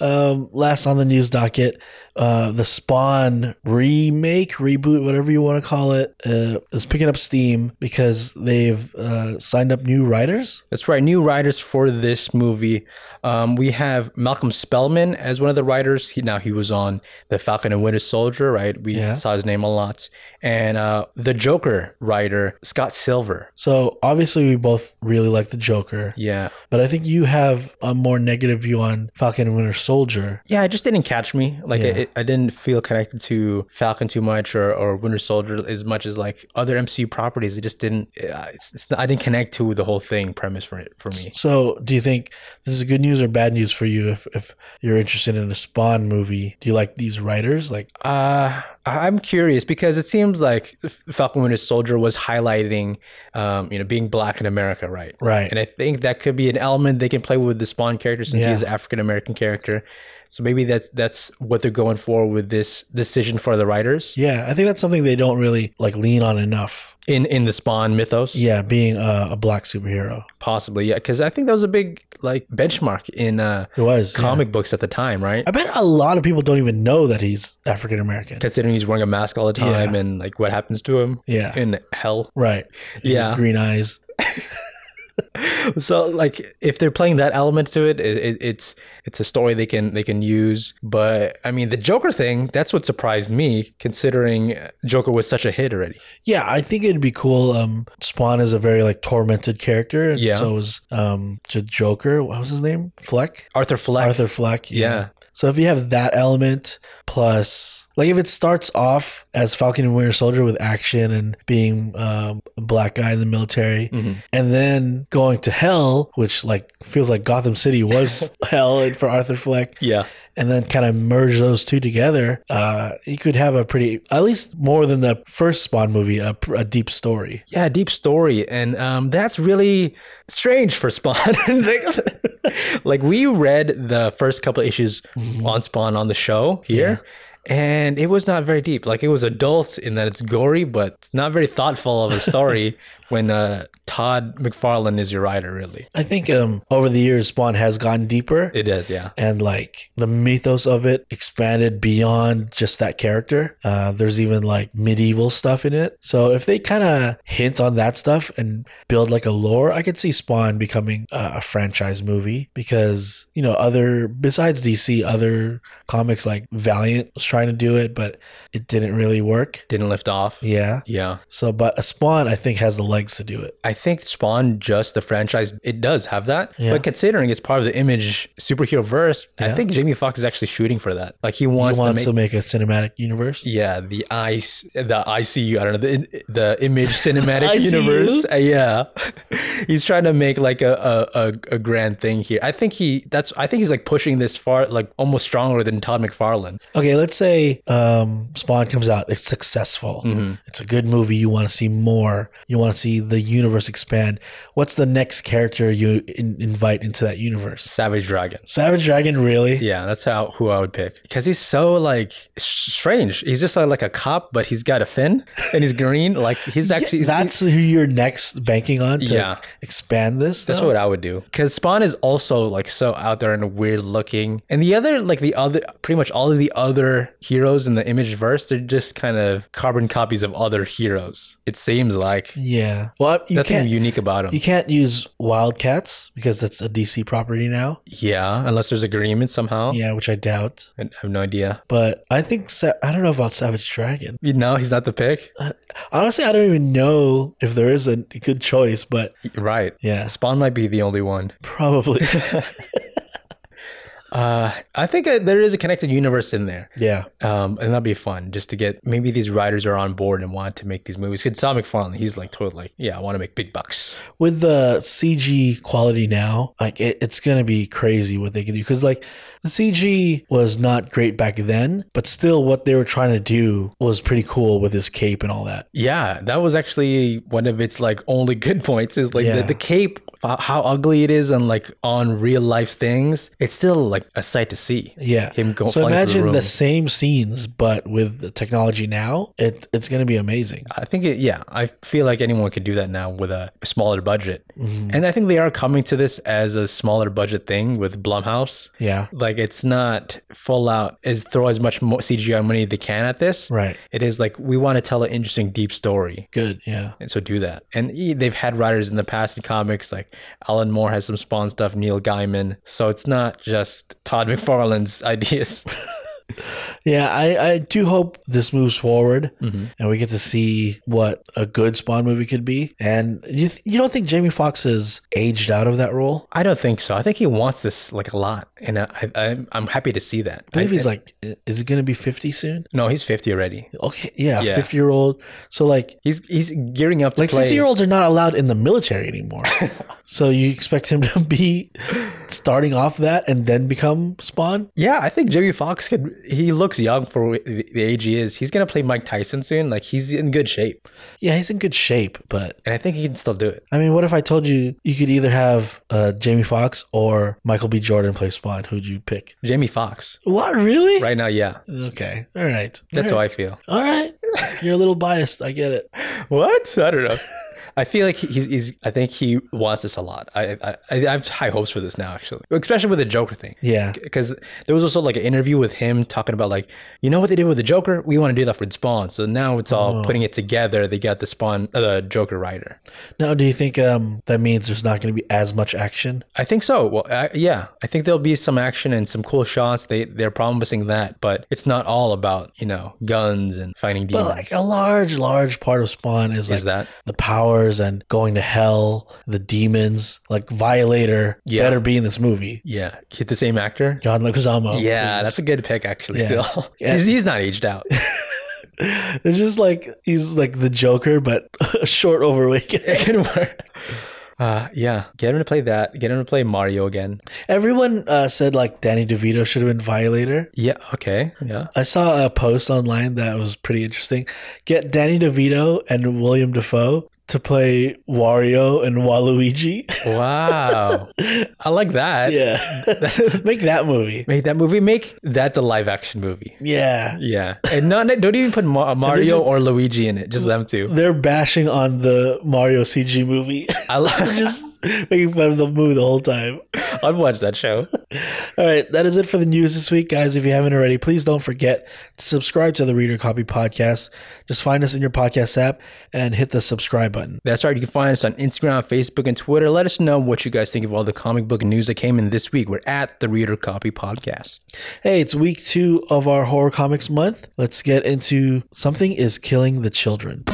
Um, last on the news docket, uh, the Spawn remake, reboot, whatever you want to call it, uh, is picking up steam because they've uh, signed up new writers.
That's right. New writers for this movie. Um, we have Malcolm Spellman as one of the writers. He, now he was on the Falcon and Winter Soldier, right? We
Yeah.
saw his name a lot. And uh, the Joker writer Scott Silver.
So obviously, we both really like the Joker,
Yeah.
but I think you have a more negative view on Falcon and Winter Soldier.
Yeah, it just didn't catch me. Like,
Yeah.
it, I didn't feel connected to Falcon too much or, or Winter Soldier as much as like other MCU properties. It just didn't. Uh, it's, it's, I didn't connect to the whole thing premise for it for me.
So, do you think this is good news or bad news for you if, if you're interested in a Spawn movie? Do you like these writers? Like,
Uh, I- I'm curious because it seems like F- Falcon Winter Soldier was highlighting, um, you know, being black in America, right?
right.
And I think that could be an element they can play with the Spawn character since
Yeah.
he's an African American character. So maybe that's that's what they're going for with this decision for the writers
Yeah, I think that's something they don't really like lean on enough.
in in the Spawn mythos.
Yeah, being a, a black superhero.
possibly yeah because i think that was a big like benchmark in uh
It was yeah.
comic books at the time right
I bet a lot of people don't even know that he's African American.
considering he's wearing a mask all the time
Yeah.
and like what happens to him
Yeah,
in hell
right. He has
Yeah.
green eyes.
so like if they're playing that element to it, it, it it's it's a story they can they can use but i mean the joker thing that's what surprised me considering joker was such a hit already
Yeah, I think it'd be cool. Um, Spawn is a very like tormented character. and
Yeah.
So is um, J- Joker. What was his name? Fleck.
arthur fleck
Arthur Fleck.
yeah
So if you have that element plus, like, if it starts off as Falcon and Winter Soldier with action and being um, a black guy in the military,
Mhm.
and then going going to hell, which like feels like Gotham City was hell for Arthur Fleck
Yeah.
and then kind of merge those two together, uh, you could have a pretty, at least more than the first Spawn movie, a, pr- a deep story.
Yeah, deep story, and um, that's really strange for Spawn. like, like, we read the first couple of issues
Mm-hmm.
on Spawn on the show here, and it was not very deep. Like it was adult in that it's gory, but not very thoughtful of a story. when uh, Todd McFarlane is your writer, really,
I think um, over the years, Spawn has gone deeper.
it is. Yeah,
and like the mythos of it expanded beyond just that character. Uh, there's even like medieval stuff in it. So if they kind of hint on that stuff and build like a lore, I could see Spawn becoming a, a franchise movie because you know other besides DC, other comics like Valiant was trying to do it, but it didn't really work.
didn't lift off.
Yeah.
yeah.
So, but a Spawn, I think, has the legs to do it.
I think Spawn, just the franchise, it does have that.
Yeah.
But considering it's part of the Image superhero verse, I
Yeah.
think Jamie Foxx is actually shooting for that. Like he
He
wants,
wants
to
to
make.
make a cinematic universe.
yeah, the ice, the ICU. I don't know the the image cinematic
ICU?
universe. Uh, yeah, he's trying to make like a, a a a grand thing here. I think he that's. I think he's like pushing this far, like almost stronger than Todd McFarlane.
Okay, let's say um, Spawn comes out. It's successful.
Mm-hmm.
It's a good movie. You want to see more. You want to see the universe expand. What's the next character you in- invite into that universe?
Savage Dragon.
Savage Dragon, really?
Yeah, that's how who I would pick because he's so like s- strange. He's just like, like a cop, but he's got a fin and he's green. Like he's actually
That's who you're next banking on to
Yeah.
expand this.
That's
though?
what I would do. Because Spawn is also like so out there and weird looking. And the other, like the other, pretty much all of the other heroes in the image verse, they're just kind of carbon copies of other heroes. It seems like
yeah. Well, you
nothing
can't.
unique about them.
you can't use Wildcats because that's a DC property now.
yeah, unless there's agreement somehow.
Yeah, which I doubt.
I have no idea.
But I think Sa- I don't know about Savage Dragon.
You know, he's not the pick.
Honestly, I don't even know if there is a good choice. But
Right.
yeah,
Spawn might be the only one.
probably.
Uh, I think uh, there is a connected universe in there.
Yeah.
Um, and that'd be fun just to get maybe these writers are on board and want to make these movies. Because Tom McFarlane, he's like totally like, yeah, I want to make big bucks.
With the CG quality now, like it, it's going to be crazy what they can do. Cause like the CG was not great back then, but still what they were trying to do was pretty cool with his cape and all that.
Yeah, that was actually one of its like only good points is like
Yeah.
the, the cape, ho- how ugly it is on like on real life things. It's still like a sight to see.
Yeah.
Him go
so
flying through
imagine
the
the,
room.
same scenes, but with the technology now, it, it's going to be amazing.
I think it, yeah, I feel like anyone could do that now with a smaller budget.
Mm-hmm.
And I think they are coming to this as a smaller budget thing with Blumhouse.
Yeah.
Like it's not full out as throw as much mo- CGI money they can at this.
Right.
It is like we want to tell an interesting deep story.
Good. Yeah.
And so do that. And e- they've had writers in the past in comics, like Alan Moore has some Spawn stuff, Neil Gaiman. So it's not just Todd McFarlane's ideas.
Yeah. I, I do hope this moves forward and we get to see what a good Spawn movie could be. And you, th- you don't think Jamie Foxx is aged out of that role?
I don't think so. I think he wants this like a lot. And I, I, I'm, I'm happy to see that.
I believe
I-
he's like, i- is he gonna be fifty soon?
no, he's 50 already.
Okay, yeah,
Yeah.
fifty year old. So like,
He's, he's gearing up to
like
play.
fifty year olds are not allowed in the military anymore. so you expect him to be starting off that and then become Spawn?
Yeah, I think Jamie Foxx could. He looks young for wh- the the age he is. He's gonna play Mike Tyson soon. Like he's in good shape,
Yeah, he's in good shape, but
and I think he can still do it.
I mean, what if I told you you could either have uh, Jamie Foxx or Michael B. Jordan play Spawn? Who'd you pick?
Jamie Foxx,
What really?
right now, yeah,
Okay, all right.
that's
all
how
right.
I feel.
all right. You're a little biased. I get it.
What? I don't know. I feel like he's, he's. I think he wants this a lot. I, I I I have high hopes for this now, actually, especially with the Joker thing.
Yeah.
Because there was also like an interview with him talking about like, you know what they did with the Joker? We want to do that with Spawn. So now it's all putting it together. They got the Spawn, uh, the Joker writer.
Now, do you think um, that means there's not going to be as much action?
I think so. Well, I, yeah, I think there'll be some action and some cool shots. They they're promising that, but it's not all about you know guns and fighting demons.
But like a large, large part of Spawn is like
Is that
the powers and going to hell, the demons, like Violator
Yeah.
better be in this movie.
yeah? Hit the same actor.
John Leguizamo.
yeah,
Oh, please.
that's a good pick actually.
Yeah.
Still,
Yeah.
he's, he's not aged out.
it's just like he's like the Joker, but a short overweight. guy.
it can work. Uh, yeah, get him to play that. Get him to play Mario again.
Everyone uh, said like Danny DeVito should have been Violator.
Yeah. Okay. Yeah.
I saw a post online that was pretty interesting. Get Danny DeVito and William Defoe to play Wario and Waluigi.
Wow. I like that.
yeah, make that movie.
Make that movie. Make that the live action movie.
Yeah,
Yeah. And not, don't even put Ma- Mario
just-
or Luigi in it. Just them two.
they're bashing on the Mario CG movie.
I love.
I'm just making fun of the movie the whole time.
I'd watch that show.
All right, that is it for the news this week, guys. If you haven't already, please don't forget to subscribe to the Reader Copy podcast. Just find us in your podcast app and hit the subscribe button.
That's right. You can find us on Instagram, Facebook, and Twitter. Let us know what you guys think of all the comic book news that came in this week. We're at the Reader Copy Podcast.
Hey, it's week two of our horror comics month. Let's get into something is killing the children.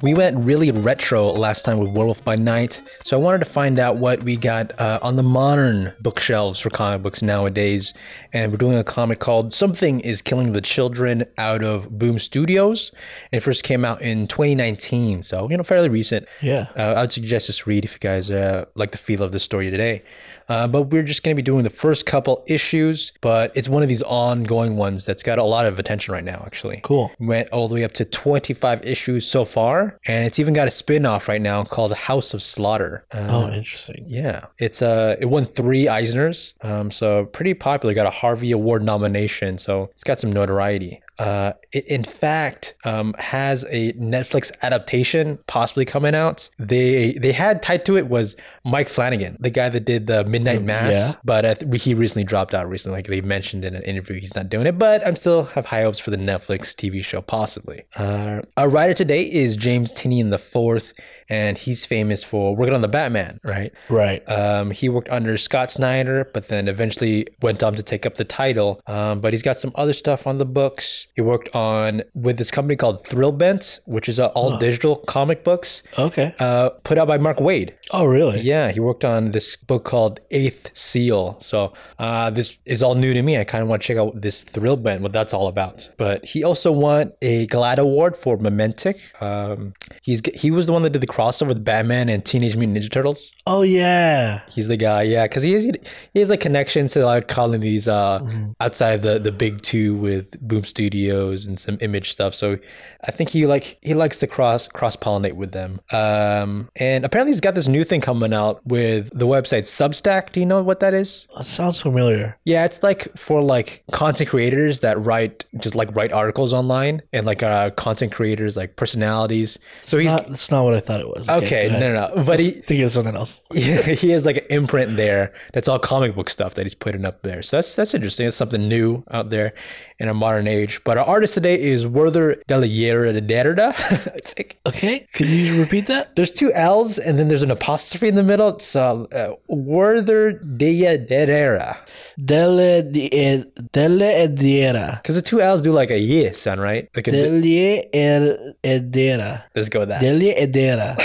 We went really retro last time with Werewolf by Night, so I wanted to find out what we got uh, on the modern bookshelves for comic books nowadays. And we're doing a comic called Something is Killing the Children out of Boom Studios. It first came out in 2019, so, you know, fairly recent.
Yeah.
Uh, I would suggest this read if you guys uh, like the feel of the story today. Uh, but we're just going to be doing the first couple issues, but it's one of these ongoing ones that's got a lot of attention right now, actually.
Cool.
Went all the way up to 25 issues so far, and it's even got a spin off right now called House of Slaughter. Uh,
Oh, interesting.
yeah, it's uh, it won three Eisners, um, so pretty popular. Got a Harvey Award nomination, so it's got some notoriety. Uh, it in fact um, has a Netflix adaptation possibly coming out. They they had tied to it was Mike Flanagan, the guy that did the Midnight Mass,
Mm, yeah.
but uh, he recently dropped out. Recently, like they mentioned in an interview, he's not doing it. But I'm still have high hopes for the Netflix TV show possibly. Uh, our writer today is James Tinian the fourth. And he's famous for working on the Batman, right?
Right.
Um, he worked under Scott Snyder, but then eventually went on to take up the title. Um, but he's got some other stuff on the books. He worked on with this company called Thrillbent, which is uh, all digital comic books
Okay.
uh, put out by Mark Wade.
Oh, really?
Yeah, he worked on this book called Eighth Seal. So uh, this is all new to me. I kind of want to check out this thrill bent, what that's all about. But he also won a GLAAD award for Mementic. Um, he's he was the one that did the crossover with Batman and Teenage Mutant Ninja Turtles.
Oh, yeah.
He's the guy, yeah, because he has he has like connections to like colonies uh,
Mm-hmm.
outside of the the big two with Boom Studios and some image stuff. So I think he like he likes to cross cross pollinate with them. Um, and apparently he's got this new thing coming out with the website Substack. Do you know what that is?
That sounds familiar.
Yeah, it's like for like content creators that write just like write articles online and like uh, content creators like personalities. So he's.
Not, that's not what I thought it was.
Okay,
go ahead.
no, no, no. But he,
Think of something else.
yeah, he has like an imprint there that's all comic book stuff that he's putting up there. So that's that's interesting. It's something new out there in a modern age. But our artist today is Werther Deliera I think.
Okay. Can you repeat that?
There's two L's and then there's an apostrophe in the middle. It's uh, uh, Werther Deliera.
Dele di er, dele edera.
Because the two L's do like a yeah sound, right? Like a d-
Dele er edera.
let's go with that.
Dele edera.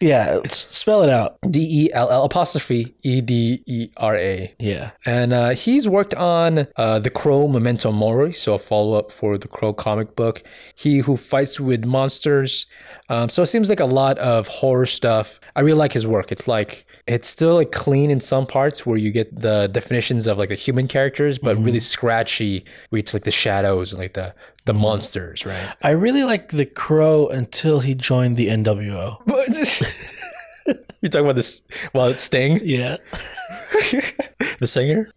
yeah. s- Spell it out.
D E L L apostrophe E D E R A.
Yeah.
And uh, he's worked on uh, The Crow Memento Mori, so a follow up for the Crow comic book. He Who Fights with Monsters. Um, so it seems like a lot of horror stuff. I really like his work. It's like, it's still like clean in some parts where you get the definitions of like the human characters, but really scratchy where it's like the shadows and like the, the monsters, right?
I really liked The Crow until he joined the NWO.
You're talking about this, well, Sting,
Yeah.
the singer?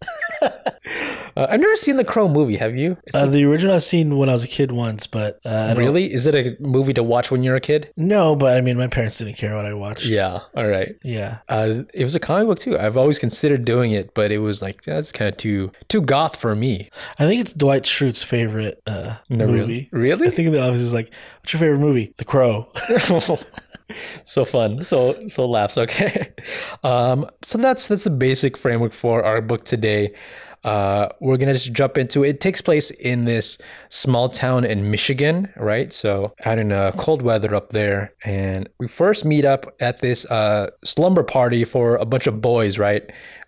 Uh, I've never seen the Crow movie, have you? It's
Uh, the original I've seen when I was a kid once, but uh, I don't
Really? Is it a movie to watch when you're a kid?
No, but I mean, my parents didn't care what I watched.
Yeah. All right.
Yeah.
Uh, it was a comic book too. I've always considered doing it, but it was like that's kind of too too goth for me.
I think it's Dwight Schrute's favorite uh,
No,
movie.
Oh, really? Really?
I think in the office is like, what's your favorite movie? The Crow.
so fun. So so laughs. Okay. Um, so that's that's the basic framework for our book today. Uh, we're gonna just jump into it. It takes place in this small town in Michigan, right? So out in uh, cold weather up there, and we first meet up at this uh, slumber party for a bunch of boys, right?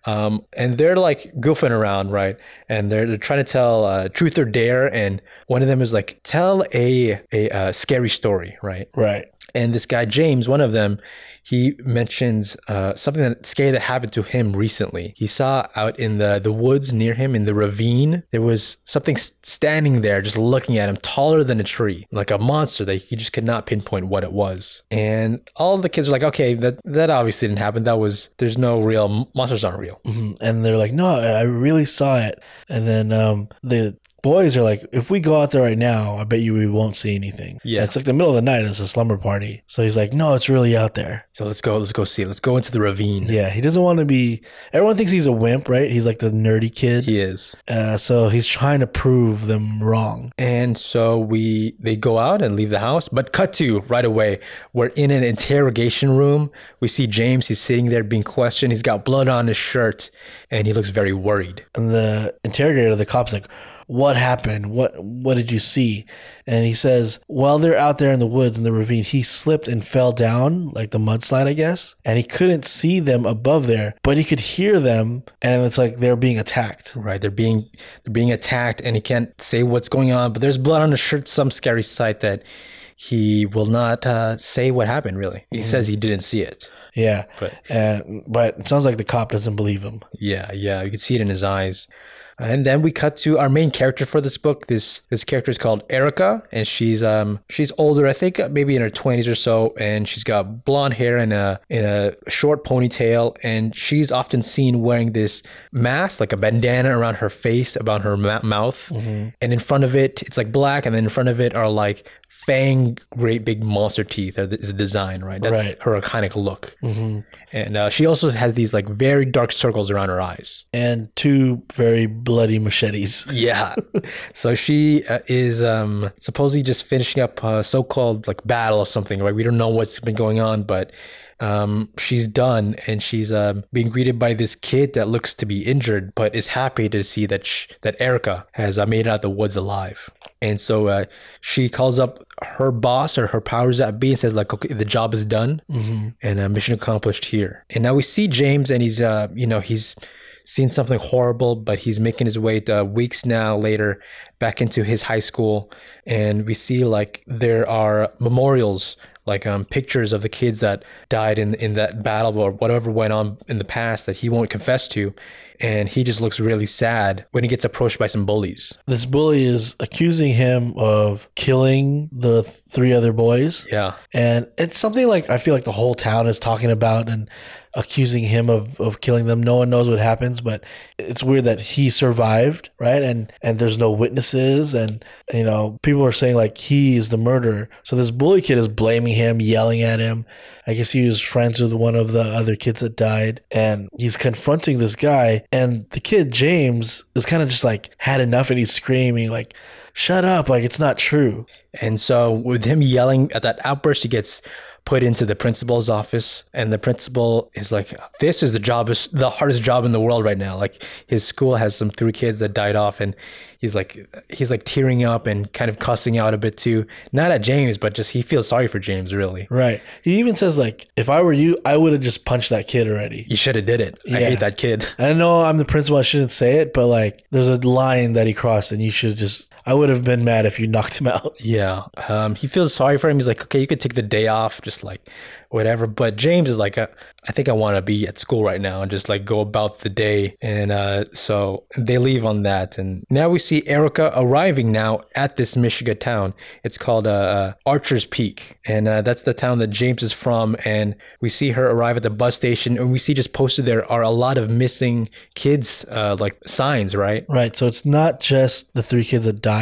Um, and they're like goofing around, right? And they're, they're trying to tell uh, truth or dare, and one of them is like, tell a a uh, scary story, right?
Right.
And this guy James, one of them, he mentions uh, something that scary that happened to him recently. He saw out in the the woods near him in the ravine there was something s- standing there, just looking at him, taller than a tree, like a monster that he just could not pinpoint what it was. And all the kids were like, "Okay, that that obviously didn't happen. That was there's no real monsters aren't real."
hmm And they're like, no, I really saw it. And then um, the boys are like, if we go out there right now, I bet you we won't see anything.
Yeah.
And it's like the middle of the night. It's a slumber party. So he's like, no, it's really out there.
So let's go. Let's go see. it. Let's go into the ravine.
Yeah. He doesn't want to be. Everyone thinks he's a wimp, right? He's like the nerdy kid.
He is.
Uh, so he's trying to prove them wrong.
And so we they go out and leave the house, but cut to right away. We're in an interrogation room. We see James, he's sitting there being questioned. He's got blood on his shirt and he looks very worried.
And the interrogator, the cop's like, what happened? What what did you see? And he says, while they're out there in the woods in the ravine, he slipped and fell down, like the mudslide, I guess. And he couldn't see them above there, but he could hear them, and it's like they're being attacked.
Right? They're being they're being attacked and he can't say what's going on, but there's blood on his shirt, some scary sight that he will not uh, say what happened really. He says he didn't see it.
Yeah.
But-
and, but it sounds like the cop doesn't believe him.
Yeah, yeah, you can see it in his eyes. And then we cut to our main character for this book. This this character is called Erica, and she's um she's older, I think, uh, maybe in her twenties or so, and she's got blonde hair and a in a short ponytail, and she's often seen wearing this mask, like a bandana around her face, about her ma- mouth,
Mm-hmm.
and in front of it, it's like black, and then in front of it are like fang, great big monster teeth. Or is the design, right? That's
Right.
her iconic look.
Mm-hmm.
And uh, she also has these like very dark circles around her eyes.
And two very bloody machetes.
Yeah. so she uh, is um, supposedly just finishing up a so called like battle or something, right? We don't know what's been going on, but um, she's done and she's um, being greeted by this kid that looks to be injured, but is happy to see that sh- that Erica has uh, made it out of the woods alive. And so uh, she calls up her boss or her powers that be and says, like, okay, the job is done
Mm-hmm.
and uh, mission accomplished here. And now we see James, and he's uh, you know he's seen something horrible, but he's making his way uh, weeks now later back into his high school, and we see like there are memorials. Like um, pictures of the kids that died in, in that battle or whatever went on in the past that he won't confess to, and he just looks really sad when he gets approached by some bullies.
This bully is accusing him of killing the th- three other boys.
Yeah,
and it's something like I feel like the whole town is talking about and accusing him of of killing them. No one knows what happens, but it's weird that he survived, right? And and there's no witnesses, and you know people are saying like he is the murderer. So this bully kid is blaming him, yelling at him. I guess he was friends with one of the other kids that died, and he's confronting this guy. And the kid James is kind of just like had enough, and he's screaming like. Shut up! Like it's not true.
And so, with him yelling at that outburst, he gets put into the principal's office. And the principal is like, "This is the job is the hardest job in the world right now." Like his school has some three kids that died off, and he's like, he's like tearing up and kind of cussing out a bit too. Not at James, but just he feels sorry for James. Really,
Right. He even says like, if I were you, I would have just punched that kid already.
you should have did it. I
Yeah.
hate that kid.
I know I'm the principal. I shouldn't say it, but like, there's a line that he crossed, and you should just. I would have been mad if you knocked him out.
Yeah. Um, he feels sorry for him. He's like, okay, you could take the day off, just like whatever. But James is like, I, I think I want to be at school right now and just like go about the day. And uh, so they leave on that. And now we see Erica arriving now at this Michigan town. It's called uh, uh, Archer's Peak. And uh, that's the town that James is from. And we see her arrive at the bus station. And we see just posted there are a lot of missing kids, uh, like signs, right?
Right. So it's not just the three kids that died.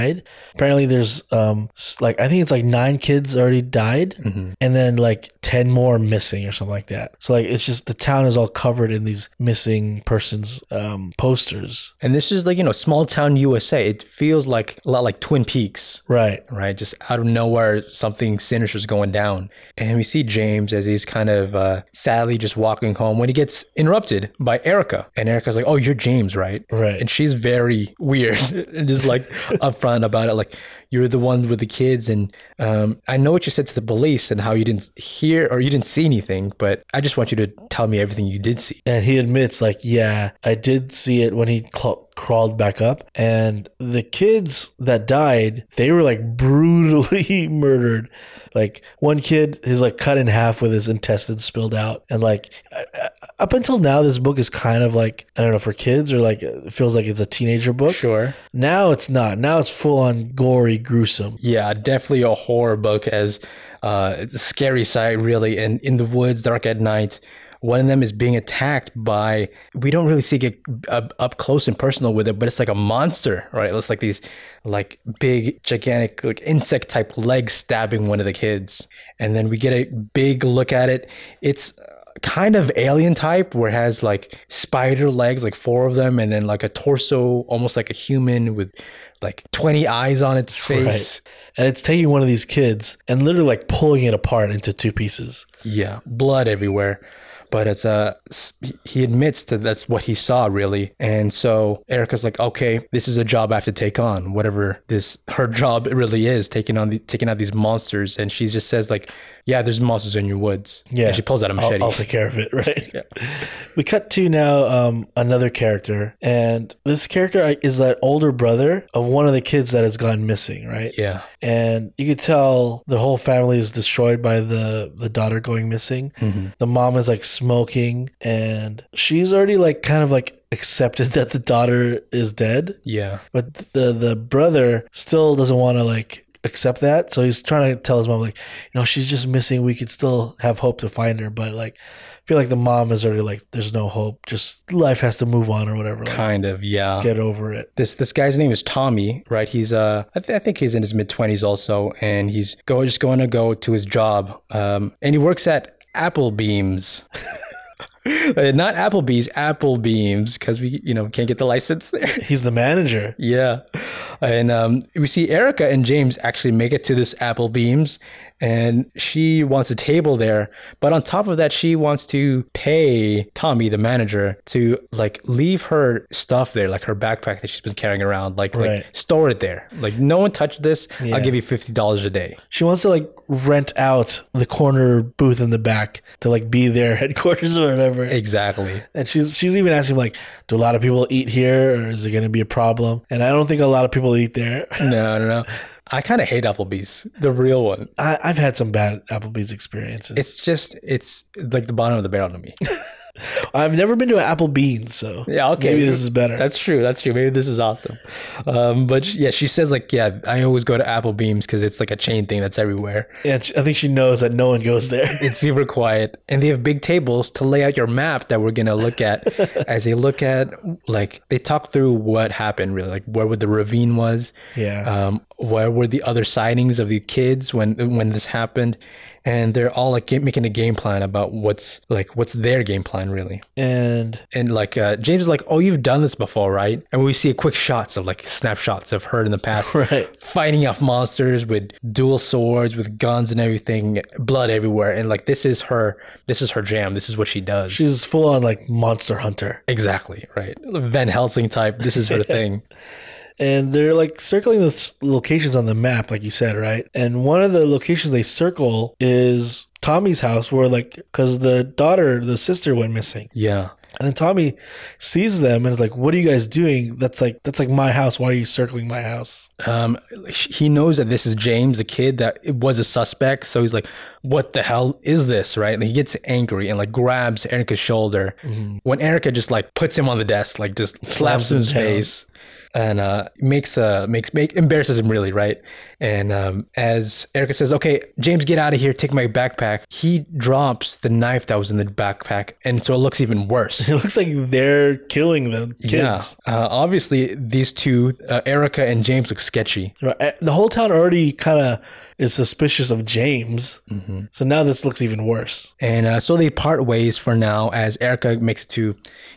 Apparently, there's um s- like I think it's like nine kids already died, and then like ten more missing or something like that. So like it's just the town is all covered in these missing persons um posters.
And this is like, you know, small town USA. It feels like a lot like Twin Peaks,
Right.
right? Just out of nowhere, something sinister is going down. And we see James as he's kind of uh, sadly just walking home when he gets interrupted by Erica. And Erica's like, Oh, you're James, right?
Right.
And she's very weird and just like upfront about it. Like, you're the one with the kids. And um, I know what you said to the police and how you didn't hear or you didn't see anything, but I just want you to could tell me everything you did see.
And he admits, like, yeah, I did see it when he cl- crawled back up. And the kids that died, they were like brutally murdered. Like, one kid is like cut in half with his intestines spilled out. And like, I- I- up until now, this book is kind of like, I don't know, for kids or like, it feels like it's a teenager book.
Sure.
Now it's not. Now it's full on gory, gruesome.
Yeah, definitely a horror book as uh, it's a scary sight, really. And in the woods, dark at night, one of them is being attacked by, we don't really see get up, up close and personal with it, but it's like a monster, right? It's like these like big, gigantic, like insect type legs stabbing one of the kids. And then we get a big look at it. It's uh, kind of alien type where it has like spider legs, like four of them, and then like a torso, almost like a human with like 20 eyes on its face.
Right. And it's taking one of these kids and literally like pulling it apart into two pieces.
Yeah, blood everywhere. But it's uh, s- he admits that that's what he saw really, and so Erica's like, okay, this is a job I have to take on, whatever this her job really is, taking on the, taking out these monsters, and she just says like, yeah, there's monsters in your woods.
Yeah.
and she pulls out a machete.
I'll, I'll take care of it, right? We cut to now um, another character, and this character I- is that older brother of one of the kids that has gone missing, right?
yeah,
And you could tell the whole family is destroyed by the the daughter going missing.
hmm
The mom is like smoking, and she's already like kind of like accepted that the daughter is dead,
yeah,
but the the brother still doesn't want to like accept that so he's trying to tell his mom like you know she's just missing we could still have hope to find her but like i feel like the mom is already like there's no hope just life has to move on or whatever like,
kind of, yeah.
get over it
This this guy's name is Tommy, right? He's uh, I, th- I think he's in his mid twenties also, and he's go just going to go to his job, um, and he works at Apple Beams. Uh, Not Applebee's, Apple Beams, because we, you know, can't get the license there.
he's the manager
yeah, and um, we see Erica and James actually make it to this Apple Beams, and she wants a table there. But on top of that, she wants to pay Tommy, the manager, to like leave her stuff there, like her backpack that she's been carrying around, like,
Right.
like store it there. Like no one touched this.
Yeah.
I'll give you fifty dollars a day.
she wants to like rent out the corner booth in the back to like be their headquarters or whatever
Exactly.
And she's she's even asking like, do a lot of people eat here, or is it going to be a problem? And I don't think a lot of people eat there.
No, no, no. I kind of hate Applebee's, the real one.
I, I've had some bad Applebee's experiences.
It's just, it's like the bottom of the barrel to me.
I've never been to an Applebee's, so
Yeah, okay.
maybe this is better.
That's true. That's true. Maybe this is awesome. Um, but sh- yeah, she says like, yeah, I always go to Apple Beams because it's like a chain thing that's everywhere.
yeah, sh- I think she knows that no one goes there.
It's super quiet, and they have big tables to lay out your map that we're gonna look at as they look at like they talk through what happened really, like where the ravine was,
Yeah,
um, where were the other sightings of the kids when when this happened, and they're all like ga- making a game plan about what's like what's their game plan really.
and
And like uh, James is like, "Oh, you've done this before, right?" And we see quick shots of like snapshots of her in the past,
Right.
Fighting off monsters with dual swords, with guns and everything, blood everywhere, and like this is her, this is her jam. This is what she does.
she's full on like monster hunter,
exactly right, Van Helsing type. This is her thing.
and they're like circling the s- locations on the map, like you said, right? And one of the locations they circle is Tommy's house, where like because the daughter, the sister went missing,
Yeah,
and then Tommy sees them and is like, "What are you guys doing? That's like that's like my house. Why are you circling my house?"
um, sh- he knows that this is James, the kid that it was a suspect. So he's like, "What the hell is this?" Right? And he gets angry and like grabs Erica's shoulder. When Erica just like puts him on the desk, like just slaps,
Slaps
him in
him
his
down.
face, and uh, makes uh makes make embarrasses him really, right? And um, as Erica says, "Okay, James, get out of here. Take my backpack." He drops the knife that was in the backpack, and so it looks even worse.
It looks like they're killing the kids.
Yeah. Uh, obviously, these two, uh, Erica and James, look sketchy.
Right. Eh, The whole town already kind of is suspicious of James. So now this looks even worse.
And uh, so they part ways for now as Erica makes it to, you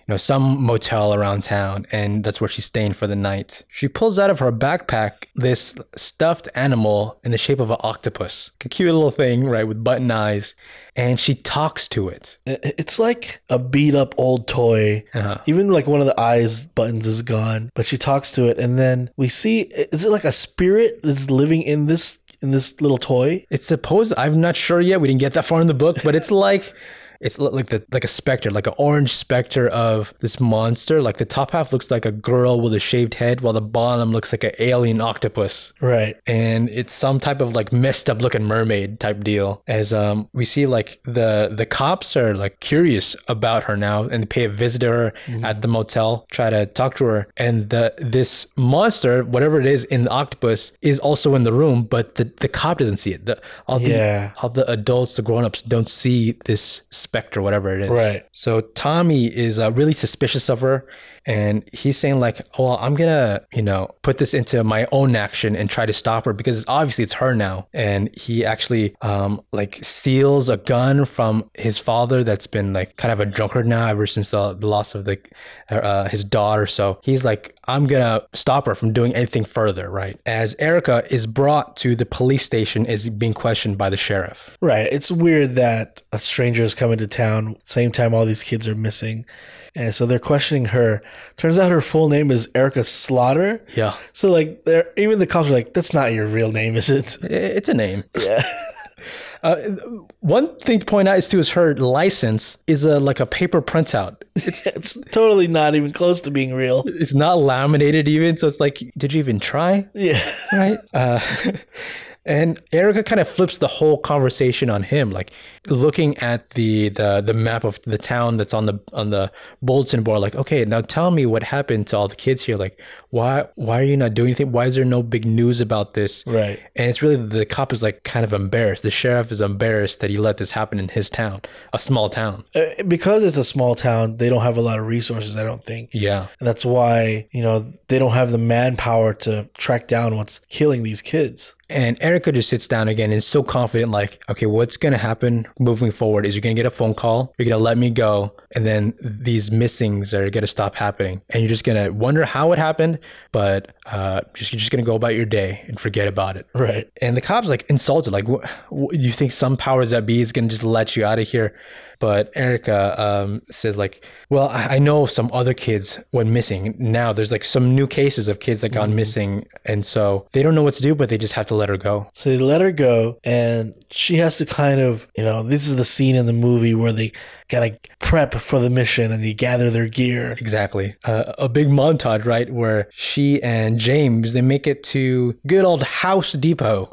know, some motel around town, and that's where she's staying for the night. She pulls out of her backpack this stuffed animal in the shape of an octopus, a cute little thing, right, with button eyes, and she talks to it.
I- I- It's like a beat up old toy.
Uh-huh.
Even like one of the eyes buttons is gone, but she talks to it and then we see is it like a spirit that's living in this in this little toy?
It's supposed I'm not sure yet. We didn't get that far in the book, but it's like it's li- like the like a specter, like an orange specter of this monster. Like the top half looks like a girl with a shaved head, while the bottom looks like an alien octopus.
Right.
And it's some type of like messed up looking mermaid type deal. As um we see like the the cops are like curious about her now and they pay a visit to her
Mm-hmm.
at the motel, try to talk to her. And the this monster, whatever it is in the octopus, is also in the room, but the, the cop doesn't see it. The all the
Yeah.
all the adults, the grown-ups, don't see this specter, whatever it is.
Right.
So Tommy is uh, really suspicious of her, and he's saying like, "Oh, "Well, I'm gonna, you know, put this into my own action and try to stop her because obviously it's her now." And he actually, um, like steals a gun from his father that's been like kind of a drunkard now ever since the, the loss of the uh, his daughter. So he's like, "I'm gonna stop her from doing anything further." Right. As Erica is brought to the police station, is being questioned by the sheriff.
Right. It's weird that a stranger is coming to town same time all these kids are missing. And so they're questioning her. Turns out her full name is Erica Slaughter.
Yeah,
So like they're even the cops are like, that's not your real name, is it?
I- it's a name.
Yeah.
Uh, one thing to point out is too is her license is a like a paper printout.
It's, totally not even close to being real.
It's not laminated even, so it's like, did you even try?
Yeah.
Right? Uh, and Erica kind of flips the whole conversation on him, like looking at the the the map of the town that's on the on the bulletin board. Like, okay, now tell me what happened to all the kids here. Like, why why are you not doing anything? Why is there no big news about this?
Right.
And it's really the cop is like kind of embarrassed. The sheriff is embarrassed that he let this happen in his town, a small town.
Uh, Because it's a small town, they don't have a lot of resources, I don't think.
Yeah.
And that's why, you know, they don't have the manpower to track down what's killing these kids.
And Erica just sits down again and is so confident, like, okay, what's going to happen moving forward is you're going to get a phone call, you're going to let me go, and then these missings are going to stop happening. And you're just going to wonder how it happened, but uh, just, you're just going to go about your day and forget about it.
Right.
And the cop's like insulted, like, "Wh- wh- you think some powers that be is going to just let you out of here? But Erica um, says, like, well, I, I know some other kids went missing. Now there's like some new cases of kids that gone missing. And so they don't know what to do, but they just have to let her go.
So they let her go, and she has to kind of, you know, this is the scene in the movie where they gotta prep for the mission and they gather their gear.
Exactly. Uh, a big montage, right? Where she and James, they make it to good old House Depot.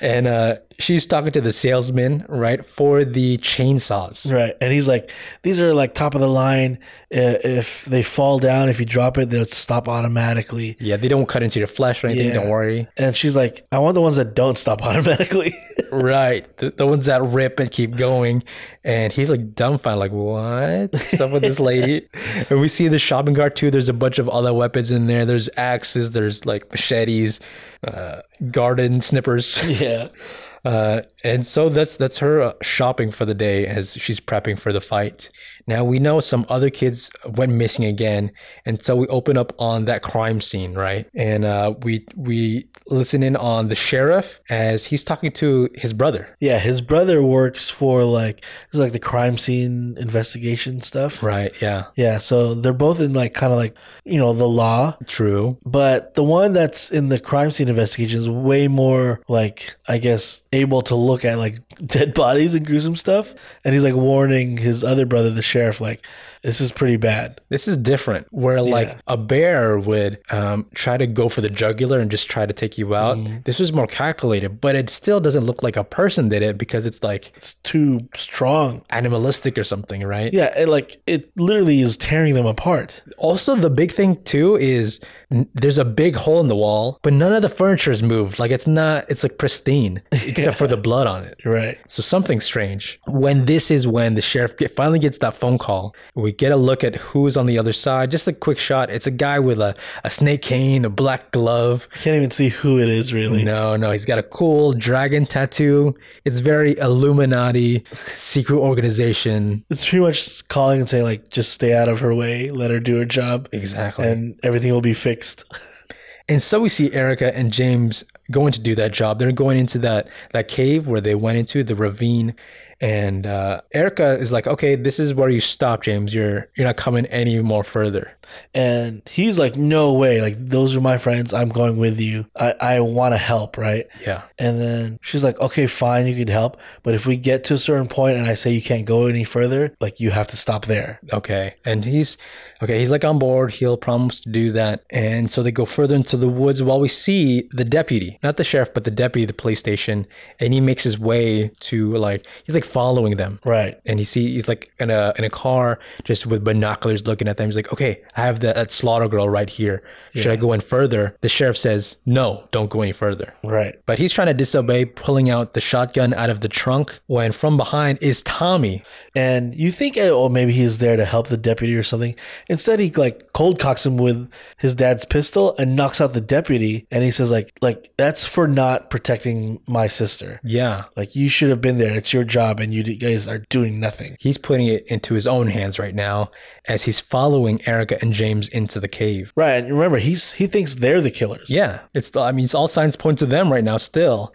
and uh, she's talking to the salesman, right, for the chainsaws.
Right. And he's like, these are like top of the line. Uh, If they fall down, if you drop it, they'll stop automatically.
Yeah, they don't cut into your flesh or anything.
Yeah.
Don't worry.
And she's like, I want the ones that don't stop automatically.
Right, the, the ones that rip and keep going, and he's like dumbfounded, like what's up with this lady? and we see the shopping cart too. There's a bunch of other weapons in there. There's axes. There's like machetes, uh, garden snippers.
yeah.
Uh, and so that's that's her uh, shopping for the day as she's prepping for the fight. Now we know some other kids went missing again, and so we open up on that crime scene, right? And uh, we we listen in on the sheriff as he's talking to his brother,
Yeah. His brother works for like, it's like the crime scene investigation stuff.
right? Yeah,
Yeah. So they're both in like kind of like, you know, the law.
true.
But the one that's in the crime scene investigation is way more like I guess able to look at like dead bodies and gruesome stuff. And he's like warning his other brother, the sheriff, like this is pretty bad.
This is different. Where like
Yeah.
a bear would um, try to go for the jugular and just try to take you out. This was more calculated, but it still doesn't look like a person did it because it's like
It's too strong.
animalistic or something, right?
Yeah, it like it literally is tearing them apart.
Also, the big thing too is n- there's a big hole in the wall, but none of the furniture is moved. Like it's not, it's like pristine except for the blood on it.
Right.
So something strange. When this is when the sheriff get, finally gets that phone call, we get a look at who's on the other side. Just a quick shot. It's a guy with a, a snake cane, a black glove.
Can't even see who it is really.
No, no, he's got a cool dragon tattoo. It's very Illuminati, secret organization.
It's pretty much calling and saying like just stay out of her way, let her do her job,
Exactly.
and everything will be fixed.
And so we see Erica and James going to do that job. They're going into that that cave where they went into the ravine, And uh, Erica is like, okay, this is where you stop, James. You're you're not coming any more further.
And he's like, no way. Like, those are my friends. I'm going with you. I, I want to help, right?
Yeah.
And then she's like, okay, fine, you can help. But if we get to a certain point and I say you can't go any further, like, you have to stop there.
Okay. And he's okay, he's like on board. He'll promise to do that. And so they go further into the woods while we see the deputy, not the sheriff, but the deputy of the police station. And he makes his way to like he's like following them.
Right.
And he see he's like in a in a car just with binoculars looking at them. He's like, Okay, I have that, that slaughter girl right here. Should I go in further? The sheriff says, No, don't go any further.
Right.
But he's trying to disobey, pulling out the shotgun out of the trunk when from behind is Tommy.
And you think, oh, maybe he's there to help the deputy or something. Instead, he like cold cocks him with his dad's pistol and knocks out the deputy. And he says, like, like that's for not protecting my sister.
Yeah.
Like, you should have been there. It's your job, and you d- guys are doing nothing.
He's putting it into his own hands right now as he's following Erica and James into the cave.
Right. And remember, he's he thinks they're the killers.
Yeah, it's I mean, it's all signs point to them right now still.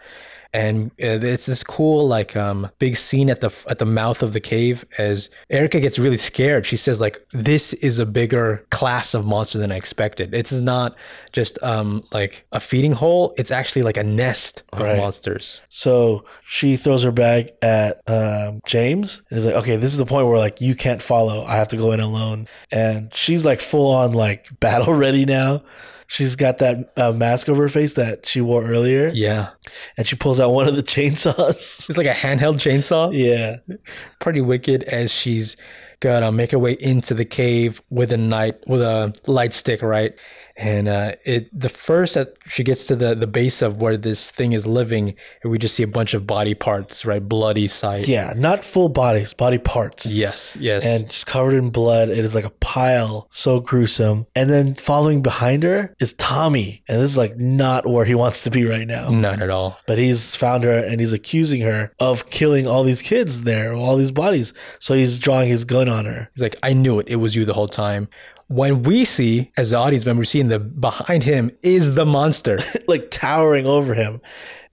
And uh, it's this cool like um big scene at the at the mouth of the cave as Erica gets really scared. She says like this is a bigger class of monster than I expected. It's not just um like a feeding hole, it's actually like a nest of
Right.
monsters.
So she throws her bag at um, James and is like, okay, this is the point where like you can't follow. I have to go in alone. And she's like full on like battle ready now. She's got that uh, mask over her face that she wore earlier,
Yeah.
and she pulls out one of the chainsaws.
It's like a handheld chainsaw.
yeah,
pretty wicked as she's gonna make her way into the cave with a night with a light stick, right? And uh, it the first that she gets to the the base of where this thing is living, and we just see a bunch of body parts, right? Bloody sight.
yeah, not full bodies, body parts.
Yes. Yes.
And just covered in blood. It is like a pile, so gruesome. And then following behind her is Tommy. And this is like not where he wants to be right now.
not at all.
But he's found her and he's accusing her of killing all these kids there, all these bodies. So he's drawing his gun on her.
He's like, I knew it. It was you the whole time. When we see, as the audience member, seeing the behind him is the monster.
like towering over him.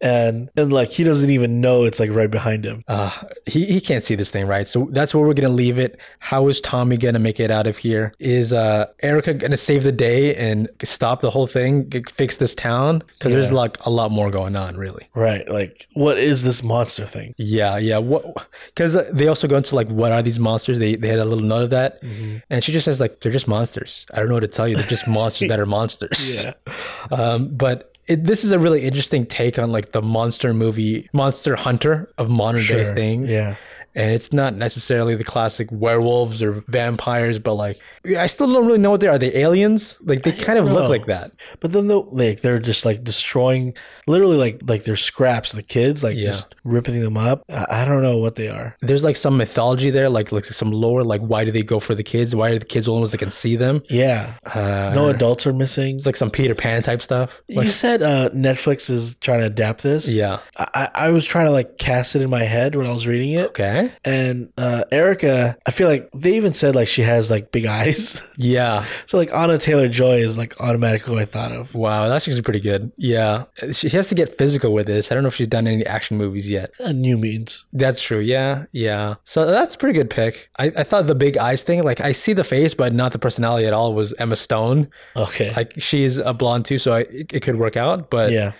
And and like he doesn't even know it's like right behind him.
uh, he, he can't see this thing, right? So that's where we're gonna leave it. How is Tommy gonna make it out of here? Is uh, Erica gonna save the day and stop the whole thing, g- fix this town? Because there's
Yeah.
like a lot more going on, really.
Right. Like what is this monster thing?
Yeah, yeah. What? Because they also go into like, what are these monsters? They they had a little note of that,
Mm-hmm.
and she just says like, they're just monsters. I don't know what to tell you. They're just monsters that are monsters.
Yeah.
Um, but. It, this is a really interesting take on like the monster movie, monster hunter of modern day
Sure.
things
Yeah.
and it's not necessarily the classic werewolves or vampires, but like I still don't really know what they are. Are they aliens? Like they kind of look
know.
like that.
But then the, like they're just like destroying literally like like their scraps, the kids, like
Yeah.
just ripping them up. I, I don't know what they are.
There's like some mythology there, like like some lore. Like why do they go for the kids? Why are the kids the only ones that can see them?
Yeah.
Uh,
No adults are missing.
it's like some Peter Pan type stuff. Like,
you said uh, Netflix is trying to adapt this.
yeah.
I, I was trying to like cast it in my head when I was reading it.
Okay.
And uh, Erica, I feel like they even said like she has like big eyes.
Yeah.
so like Anna Taylor Joy is like automatically what I thought of.
Wow. That's actually pretty good. Yeah. She has to get physical with this. I don't know if she's done any action movies yet.
Uh, new means.
That's true. Yeah. Yeah. So that's a pretty good pick. I, I thought the big eyes thing, like I see the face, but not the personality at all, was Emma Stone.
Okay.
Like she's a blonde too, so I, it, it could work out. But
yeah.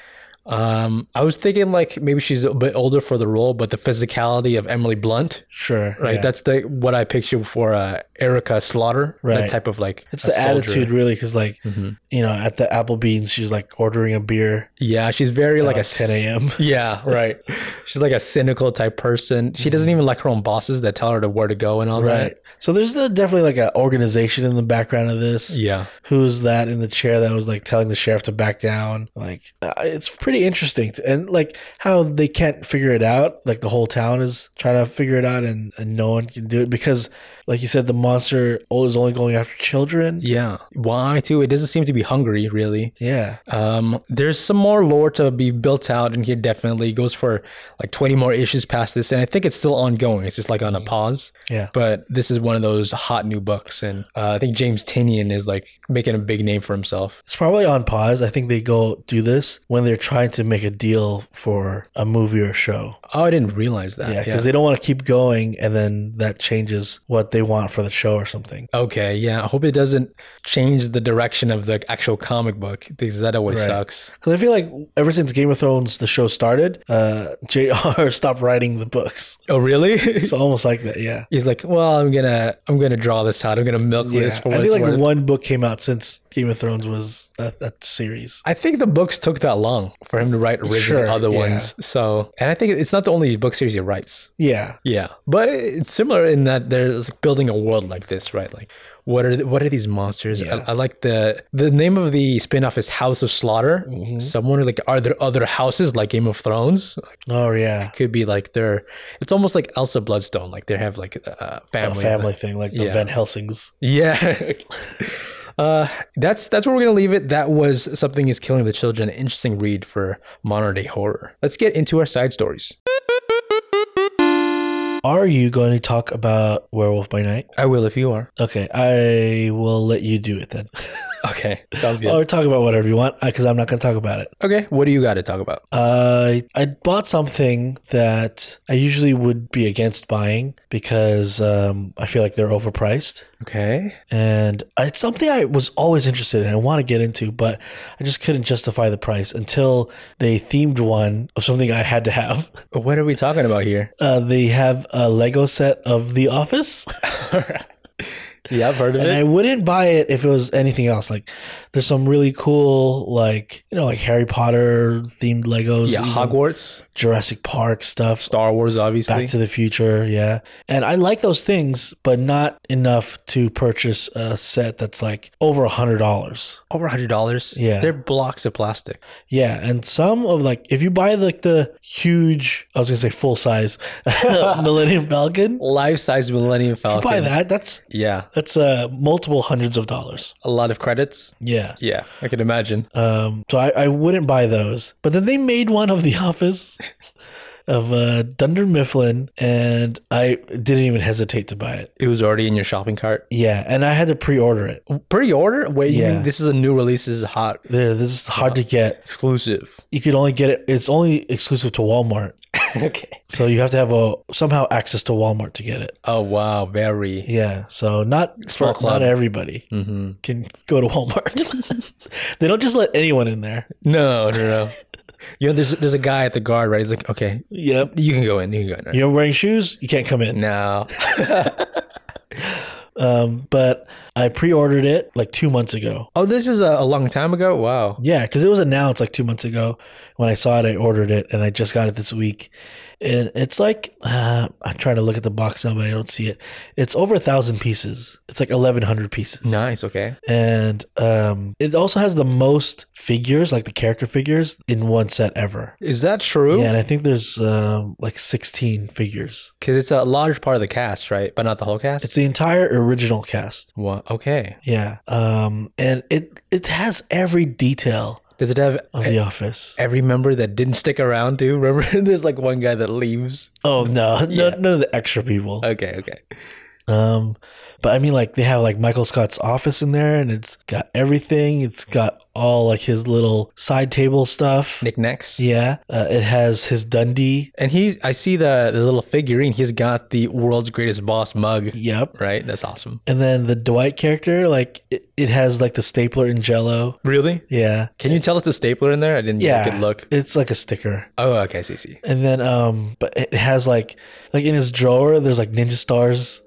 um, I was thinking like maybe she's a bit older for the role, but the physicality of Emily Blunt,
Sure.
right?
yeah.
That's the what I picture for uh, Erica Slaughter, that
Right.
type of like
it's
a
the
soldier.
attitude really because like
Mhm.
you know at the Applebee's she's like ordering a beer
Yeah, she's very like
like
a
at 10
s-
a.m.
Yeah, right. She's like a cynical type person. She doesn't even like her own bosses that tell her to where to go and all
Mm-hmm. Right. So there's uh, definitely like an organization in the background of this.
that. Yeah.
who's that in the chair that was like telling the sheriff to back down like uh, it's pretty interesting to, and like how they can't figure it out like the whole town is trying to figure it out and, and no one can do it because like you said the monster o- is only going after children
Yeah. Why too? It doesn't seem to be hungry really.
yeah
Um, there's some more lore to be built out in here. Definitely It goes for like 20 more issues past this, and I think it's still ongoing. It's just like on a
Mm-hmm.
pause.
yeah
But this is one of those hot new books, and uh, I think James Tinian is like making a big name for himself.
it's probably on pause i think they go do this when they're trying trying to make a deal for a movie or show.
Oh, I didn't realize that.
Yeah, because they don't want to keep going, and then that changes what they want for the show or something.
Okay, yeah. I hope it doesn't change the direction of the actual comic book because that always
Right.
sucks.
Because I feel like ever since Game of Thrones, the show started, uh, Jr. stopped writing the books.
Oh, really?
It's almost like that. Yeah.
He's like, well, I'm gonna, I'm gonna draw this out. I'm gonna milk
Yeah,
this for what
I
it's
think like
worth.
one book came out since Game of Thrones was a, a series.
I think the books took that long for him to write original
Sure,
other
yeah.
ones. So, and I think it's not the only book series he writes.
Yeah,
Yeah, but it's similar in that there's building a world like this, right? Like, what are what are these monsters?
Yeah.
I, I like the the name of the spin-off is House of Slaughter.
Mm-hmm.
Someone like, are there other houses like Game of Thrones? Like,
oh yeah,
could be like they're. It's almost like Elsa Bloodstone. Like they have like a
a
family.
family thing like the
Yeah.
Van Helsing's.
Yeah. Uh, that's that's where we're gonna leave it. That was something is killing the children. Interesting read for modern day horror. Let's get into our side stories.
Are you going to talk about Werewolf by Night?
I will if you are.
Okay, I will let you do it then,
Okay, sounds good.
or talk about whatever you want because I'm not going to talk about it.
Okay, what do you got to talk about?
I I bought something that I usually would be against buying because um, I feel like they're overpriced.
Okay.
and it's something I was always interested in. I want to get into, but I just couldn't justify the price until they themed one of something I had to have.
What are we talking about here?
Uh, they have a Lego set of The Office,
Yeah, I've heard of
and I wouldn't buy it if it was anything else. Like, there's some really cool, like you know, like Harry Potter themed Legos,
Yeah,
even
Hogwarts,
Jurassic Park stuff,
Star Wars, obviously.
Back to the Future, yeah. And I like those things, but not enough to purchase a set that's like over a hundred dollars.
Over a hundred dollars.
Yeah.
they're blocks of plastic.
Yeah, and some of like if you buy like the huge, I was gonna say full size Millennium Falcon,
Life size Millennium
you
Falcon.
buy that. That's
Yeah,
that's uh multiple hundreds of dollars.
a lot of credits.
Yeah.
Yeah, I can imagine.
Um. So I, I wouldn't buy those. But then they made one of The Office. Of uh, Dunder Mifflin, and I didn't even hesitate to buy it.
It was already in your shopping cart.
Yeah, and I had to pre-order it.
Pre-order? Wait, you
Yeah.
mean this is a new release. This is hot
Th- This is hard to get.
exclusive.
You could only get it. It's only exclusive to Walmart,
okay.
so you have to have a somehow access to Walmart to get it.
Oh wow, very.
Yeah, so not
Small
for,
club.
not everybody
Mm-hmm.
can go to Walmart. they don't just let anyone in there.
No, no, no. you know, there's there's a guy at the guard, right? He's like, okay,
Yep.
you can go in. You can go in.
You're wearing shoes, you can't come in.
No.
Um, but I pre-ordered it like two months ago.
Oh, this is a, a long time ago. Wow.
Yeah, because it was announced like two months ago. When I saw it, I ordered it, and I just got it this week. And it's like uh, I'm trying to look at the box now, but I don't see it. It's over a thousand pieces. It's like eleven hundred pieces.
Nice. Okay.
And um, it also has the most figures, like the character figures, in one set ever.
Is that true?
Yeah, and I think there's um, like 16 figures.
Because it's a large part of the cast, right? But not the whole cast.
It's the entire original cast.
Wha- Okay.
Yeah, um, and it it has every detail
Does it have
of The Office.
every member that didn't stick around too? Remember, there's like one guy that leaves.
Oh no, no
Yeah.
none of the extra people.
Okay. Okay.
Um, but I mean, like they have like Michael Scott's office in there, and it's got everything. It's got all like his little side table stuff.
Knickknacks.
Yeah, uh, it has his Dundee.
And he's. I see the, the little figurine. He's got the world's greatest boss mug.
Yep.
Right. That's awesome.
And then the Dwight character, like it, it has like the stapler and Jello.
Really?
Yeah,
Can you tell it's a stapler in there? I didn't
yeah.
yeah. get a look.
It's like a sticker.
Oh, okay. I See, see.
And then um but it has like like in his drawer there's like ninja stars.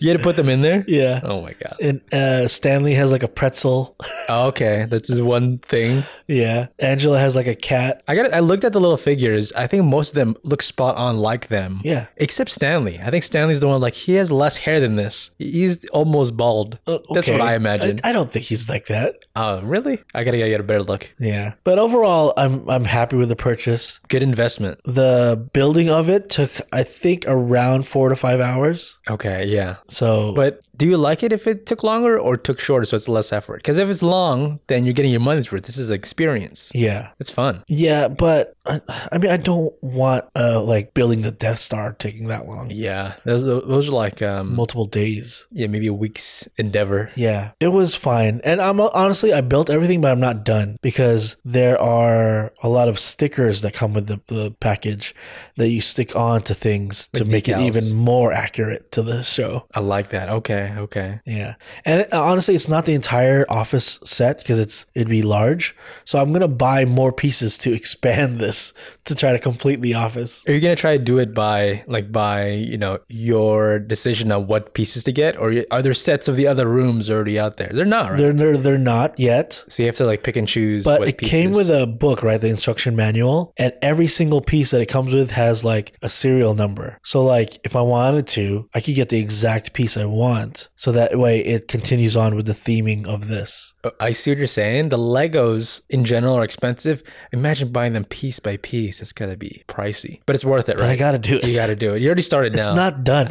You had to put them in there.
Yeah.
Oh my god.
And uh Stanley has like a pretzel.
Okay, that's just one thing.
yeah. Angela has like a cat.
I got. I looked at the little figures. I think most of them look spot on like them.
Yeah.
Except Stanley. I think Stanley's the one like he has less hair than this. He's almost bald.
Uh,
That's
okay.
what I imagined.
I, I don't think he's like that.
Oh, really? I gotta get a better look.
Yeah. But overall I'm I'm happy with the purchase.
Good investment.
The building of it took I think around 4 to 5 hours.
Okay, yeah.
So
But do you like it if it took longer or took shorter so it's less effort? Because if it's long, then you're getting your money's worth. This is an experience.
yeah.
It's fun.
Yeah, but I, I mean I don't want uh like building the Death Star taking that long.
Yeah, those those are like um
Multiple days.
yeah maybe a week's endeavor.
Yeah, it was fine. And I'm honestly, I built everything, but I'm not done because there are a lot of stickers that come with the, the package that you stick on to things to
Like
make it
decals.
even more accurate to the show.
I like that. Okay, okay.
Yeah. And it- honestly, it's not the entire office set because it's it'd be large. So I'm going to buy more pieces to expand this to try to complete the office.
Are you gonna try to do it by like by you know your decision on what pieces to get, or are there sets of the other rooms already out there? They're not, right?
They're, they're they're not yet.
so you have to like pick and choose.
But
what
it came
pieces.
with a book, right? The instruction manual, and every single piece that it comes with has like a serial number. So, like, if I wanted to, I could get the exact piece I want. So that way, it continues on with the theming of this.
Oh, I see what you're saying. The Legos in general are expensive. Imagine buying them piece by piece. It's gotta be pricey, but it's worth it,
But I
right?
gotta do it.
you gotta do it. You already started
it's
now.
not done.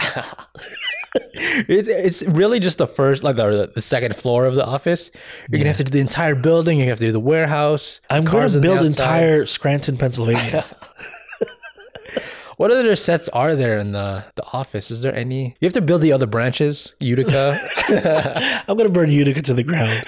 it's it's really just the first like the, the second floor of the office. You're gonna have to do the entire building. You have to do the warehouse.
I'm
cars
gonna
on the
build
outside.
entire Scranton, Pennsylvania.
What other sets are there in the the office? Is there any? You have to build the other branches. Utica.
I'm gonna burn Utica to the ground.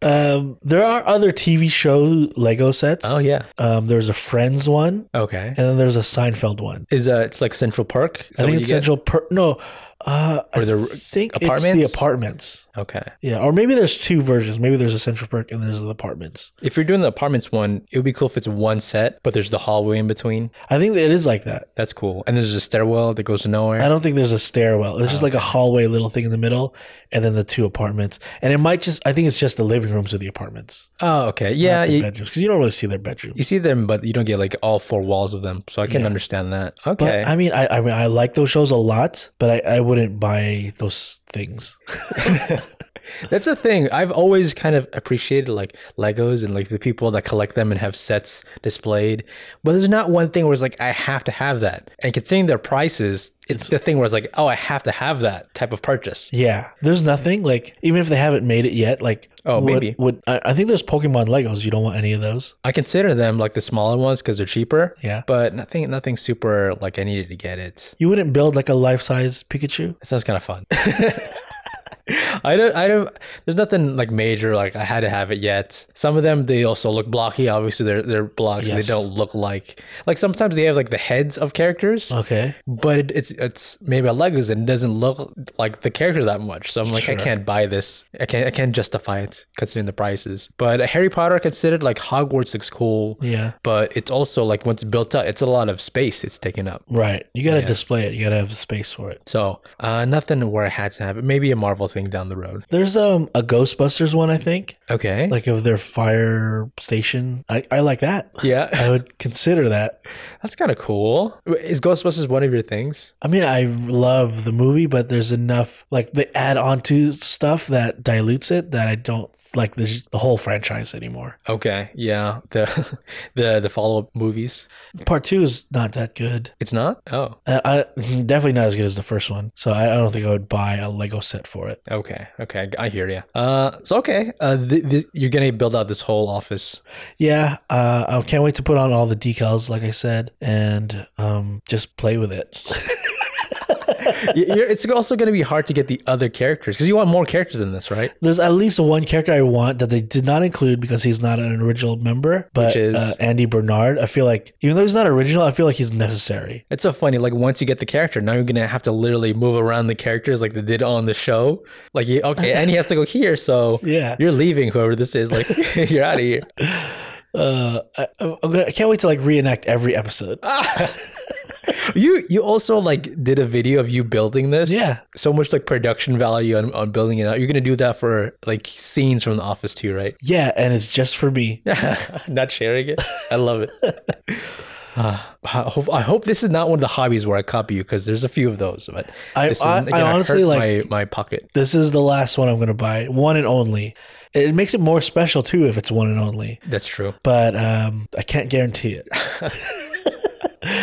um, there are other TV show Lego sets.
oh yeah.
Um, there's a Friends one,
Okay.
and then there's a Seinfeld one.
Is uh, it's like Central Park. Is that
I
what
think
you
it's
get?
Central Per no. Uh,
Or the
I think it's
apartments?
the apartments.
Okay.
Yeah, or maybe there's two versions. Maybe there's a Central Perk and there's the apartments.
If you're doing the apartments one, it would be cool if it's one set, but there's the hallway in between.
I think that it is like that.
That's cool. And there's a stairwell that goes to
I
nowhere.
don't think there's a stairwell. It's just like a hallway little thing in the middle, and then the two apartments. And it might just—I think it's just the living rooms of the apartments,
Oh, okay. Yeah.
the
You,
bedrooms, because you don't really see their bedroom.
you see them, but you don't get like all four walls of them. So I can
Yeah.
understand that.
But
Okay.
I mean, I, I mean, I like those shows a lot, but I, I wouldn't buy those things.
That's the thing. I've always kind of appreciated like Legos and like the people that collect them and have sets displayed. But there's not one thing where it's like I have to have that. And considering their prices, it's, the thing where it's like, oh, I have to have that type of purchase.
Yeah, there's nothing like even if they haven't made it yet. Like,
Oh,
would,
maybe.
would I, I think there's Pokemon Legos? You don't want any of those.
I consider them like the smaller ones because they're cheaper.
Yeah.
But nothing, nothing super like I needed to get it.
You wouldn't build like a life size Pikachu?
It sounds kind of fun. I don't, I don't, there's nothing like major, like I had to have it yet. Some of them, they also look blocky. Obviously, they're, they're blocks.
Yes.
They don't look like, like sometimes they have like the heads of characters,
Okay.
but it, it's, it's maybe a Legos and it doesn't look like the character that much. So I'm like, I
Sure.
can't buy this. I can't, I can't justify it considering the prices. But Harry Potter considered like Hogwarts looks cool.
Yeah.
But it's also like once built up, it's a lot of space it's taking up.
Right. You got to
Yeah.
display it. You got to have space for it.
So uh, nothing where I had to have it. Maybe a Marvel thing down the road.
There's um a Ghostbusters one, I think,
Okay.
like of their fire station. I, I like that.
yeah,
I would consider that.
that's kind of cool. Is Ghostbusters one of your things?
I mean, I love the movie, but there's enough like they add on to stuff that dilutes it that I don't like the, the whole franchise anymore.
Okay. Yeah. The the the follow up movies.
Part two is not that good.
It's not. Oh.
Uh, I, definitely not as good as the first one. So I, I don't think I would buy a Lego set for it.
Okay. Okay. I hear you. Uh. So okay. Uh. Th- th- you're gonna build out this whole office.
Yeah, uh, I can't wait to put on all the decals, like I said, and um, just play with it.
Y- you're, it's also gonna be hard to get the other characters because you want more characters than this, right?
There's at least one character I want that they did not include because he's not an original member, but
Which is?
uh, Andy Bernard. I feel like even though he's not original, I feel like he's necessary.
It's so funny. Like once you get the character, now you're gonna have to literally move around the characters like they did on the show. Like you, okay, and he has to go here, so
Yeah,
you're leaving. Whoever this is, like you're out of here.
uh, I, I'm gonna, I can't wait to like reenact every episode.
Ah. you you also like did a video of you building this.
Yeah.
So much like production value on, on building it out. You're gonna do that for like scenes from The Office too, right?
Yeah, and it's just for me.
not sharing it. I love it. Ah, I, hope, I hope this is not one of the hobbies where I copy you because there's a few of those, but
I-
this
I-
isn't
I
gonna
honestly,
hurt
like-
my, my pocket.
This is the last one I'm gonna buy, one and only. It makes it more special too if it's one and only,
That's true.
but um, I can't guarantee it.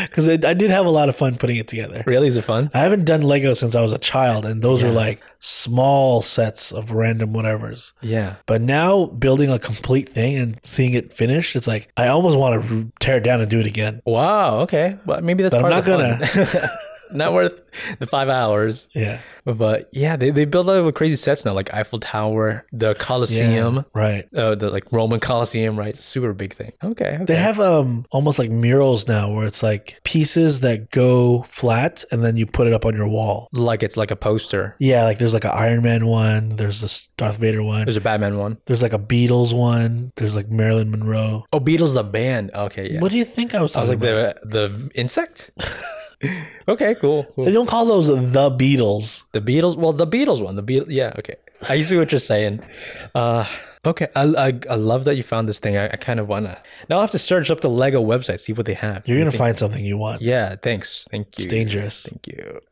because I did have a lot of fun putting it together.
Really? Is it fun?
I haven't done Lego since I was a child, and those were
Yeah.
like small sets of random whatevers.
Yeah.
But now building a complete thing and seeing it finished, it's like I almost want to tear it down and do it again.
Wow. Okay. Well, maybe that's
But I'm
part of the fun. not worth the five hours.
Yeah,
But yeah, they, they build out with crazy sets now, like Eiffel Tower, the Colosseum,
right.
uh, the like Roman Colosseum, right? Super big thing. Okay. okay.
They have um almost like murals now where it's like pieces that go flat and then you put it up on your wall.
like it's like a poster.
Yeah, like there's like an Iron Man one, there's this Darth Vader one,
There's a Batman one.
there's like a Beatles one, there's like Marilyn Monroe.
Oh, Beatles the band. Okay, yeah.
What do you think I was
I was
talking
like
about?
the the insect. okay, cool, cool.
They don't call those the Beatles.
The Beatles. Well, the Beatles one. The Beatles. Yeah. Okay. I see what you're saying. Uh, okay. I, I, I love that you found this thing. I, I kind of wanna. Now I have to search up the Lego website, see what they have.
You're
You
gonna
think-
find something you want.
Yeah. Thanks. Thank you.
It's dangerous.
Thank you.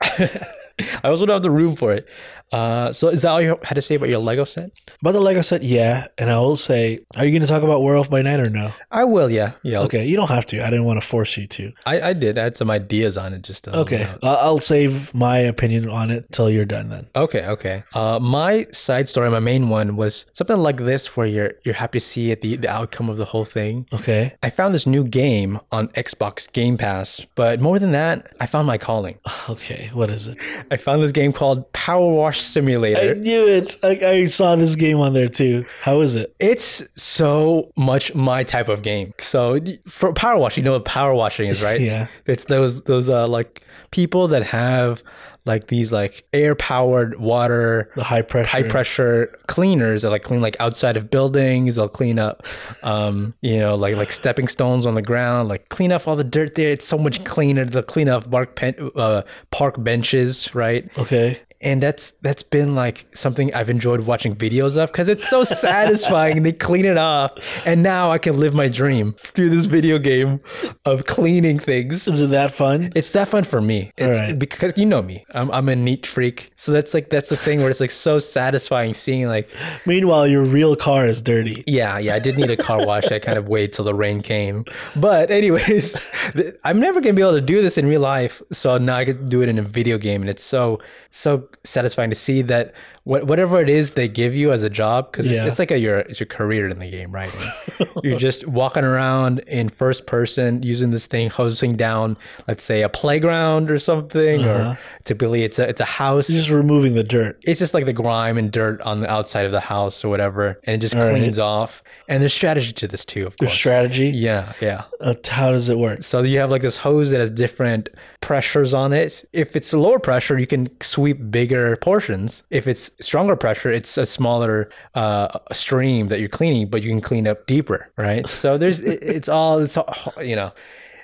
I also don't have the room for it. Uh, so is that all you had to say about your Lego set?
About the Lego set, yeah. And I will say, are you gonna talk about Werewolf by Night or no?
I will. Yeah. Yeah.
Okay, you don't have to. I didn't want to force you to.
I, I did. I had some ideas on it. Just to
Okay, I- I'll save my opinion on it till you're done then.
Okay, okay. Uh, my side story, my main one, was something like this, where you're you're happy to see it, the the outcome of the whole thing.
Okay.
I found this new game on Xbox Game Pass, but more than that, I found my calling.
Okay, what is it?
I found this game called Power Wash
I
Simulator.
knew it. I, I saw this game on there too. How is it?
It's so much my type of game. So for power washing, you know what power washing is, right?
Yeah.
It's those those uh like people that have like these like air powered water
The high pressure.
high pressure cleaners that like clean like outside of buildings they'll clean up um you know like like stepping stones on the ground like clean up all the dirt there it's so much cleaner they'll clean up park, pen, uh, park benches right
Okay.
and that's that's been like something I've enjoyed watching videos of because it's so satisfying. they clean it off, and now I can live my dream through this video game of cleaning things.
Is it that fun?
It's that fun for me. It's
right.
because you know me. I'm I'm a neat freak. So that's like that's the thing where it's like so satisfying seeing like
Meanwhile, your real car is dirty.
yeah, yeah, I did need a car wash. I kind of waited till the rain came. But anyways, th- I'm never gonna be able to do this in real life. So now I could do it in a video game, and it's so so satisfying to see that wh- whatever it is they give you as a job, because it's,
Yeah.
it's like a, your it's your career in the game, right? And You're just walking around in first person using this thing, hosing down, let's say a playground or something, or typically it's a it's a house
Just removing the dirt.
it's just like the grime and dirt on the outside of the house or whatever, and it just cleans off. And there's strategy to this too, of course.
Strategy.
yeah, yeah.
Uh, how does it work?
So you have like this hose that has different pressures on it. If it's lower pressure, you can sweep bigger portions. If it's stronger pressure, it's a smaller uh, stream that you're cleaning, but you can clean up deeper, right? So there's it, it's all it's all, you know.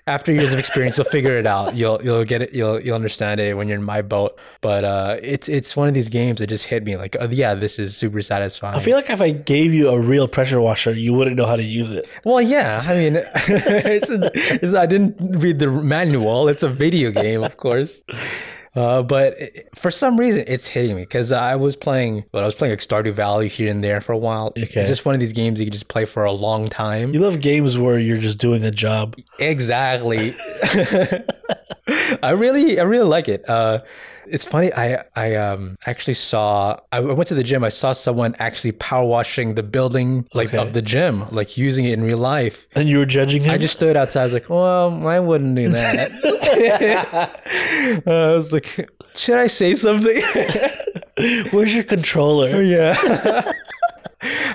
After years of experience, you'll figure it out. You'll you'll get it. You'll you'll understand it when you're in my boat. But uh, it's it's one of these games that just hit me like, oh yeah, this is super satisfying.
I feel like if I gave you a real pressure washer, you wouldn't know how to use it.
Well, yeah. I mean, it's, it's, I didn't read the manual. It's a video game, of course. Uh, but it, for some reason, it's hitting me because I was playing, well, I was playing like Stardew Valley here and there for a while.
Okay.
It's just one of these games you can just play for a long time.
You love games where you're just doing a job.
Exactly. I really, I really like it. Uh, it's funny. I, I um actually saw. I went to the gym. I saw someone actually power washing the building, like
Okay.
of the gym, like using it in real life.
And you were judging him?
I just stood outside. I was like, well, I wouldn't do that. Uh, I was like, should I say something?
Where's your controller?
yeah.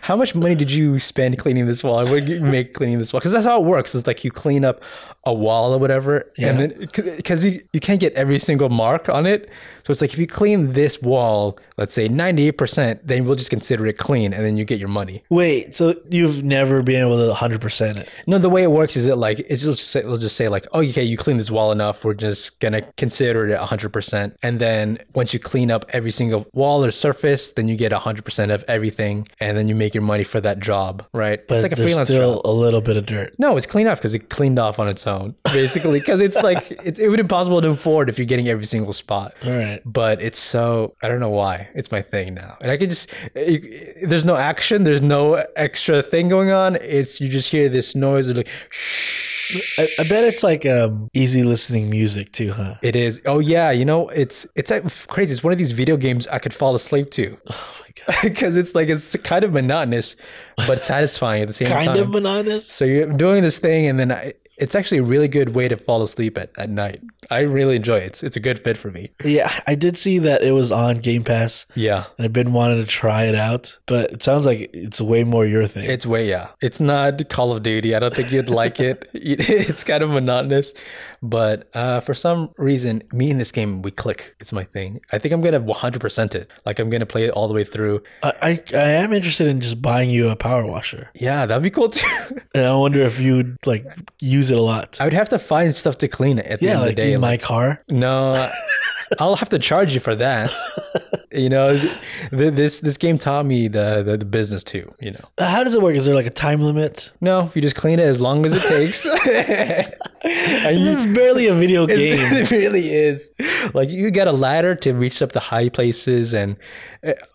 How much money did you spend cleaning this wall? What did you make cleaning this wall? Because that's how it works. It's like you clean up a wall or whatever, and then because you, you can't get every single mark on it, so it's like if you clean this wall, let's say ninety eight percent, then we'll just consider it clean, and then you get your money.
Wait, so you've never been able to 100% it.
No, the way it works is it like it's just say, it'll just say like, oh, okay, you clean this wall enough. We're just gonna consider it hundred percent. And then once you clean up every single wall or surface, then you get hundred percent of everything, and then you make your money for that job, right?
But
it's like a
there's
freelance
still
job.
a little bit of dirt.
No, it's clean off because it cleaned off on its own, basically. Because it's like it, it would be impossible to afford if you're getting every single spot
All right.
but it's so I don't know why it's my thing now, and I can just you- there's no action, there's no extra thing going on. It's you just hear this noise of like shh.
I, I bet it's like um, easy listening music too, huh?
It is. Oh yeah, you know it's it's like crazy. It's one of these video games I could fall asleep to
Oh my god,
because it's like it's kind of monotonous, but satisfying at the same
kind
time.
of bananas.
So you're doing this thing, and then I, it's actually a really good way to fall asleep at, at night. I really enjoy it. It's, it's a good fit for me.
Yeah, I did see that it was on Game Pass,
Yeah.
and I've been wanting to try it out. But it sounds like it's way more your thing.
It's way, yeah. It's not Call of Duty. I don't think you'd like it. It- It's kind of monotonous. But uh, for some reason, me and this game, we click. It's my thing. I think I'm going to 100% it. Like, I'm going to play it all the way through.
I, I I am interested in just buying you a power washer,
Yeah, that'd be cool too.
and I wonder if you'd like use it a lot.
I would have to find stuff to clean it at the
yeah,
end
like
of the day.
in
Like,
my car.
no, I'll have to charge you for that. you know, th- this this game taught me the, the, the business too, you know.
How does it work? Is there like a time limit?
No, you just clean it as long as it takes. and you,
This is barely a video game.
Hmm. It really is. Like you get a ladder to reach up the high places, and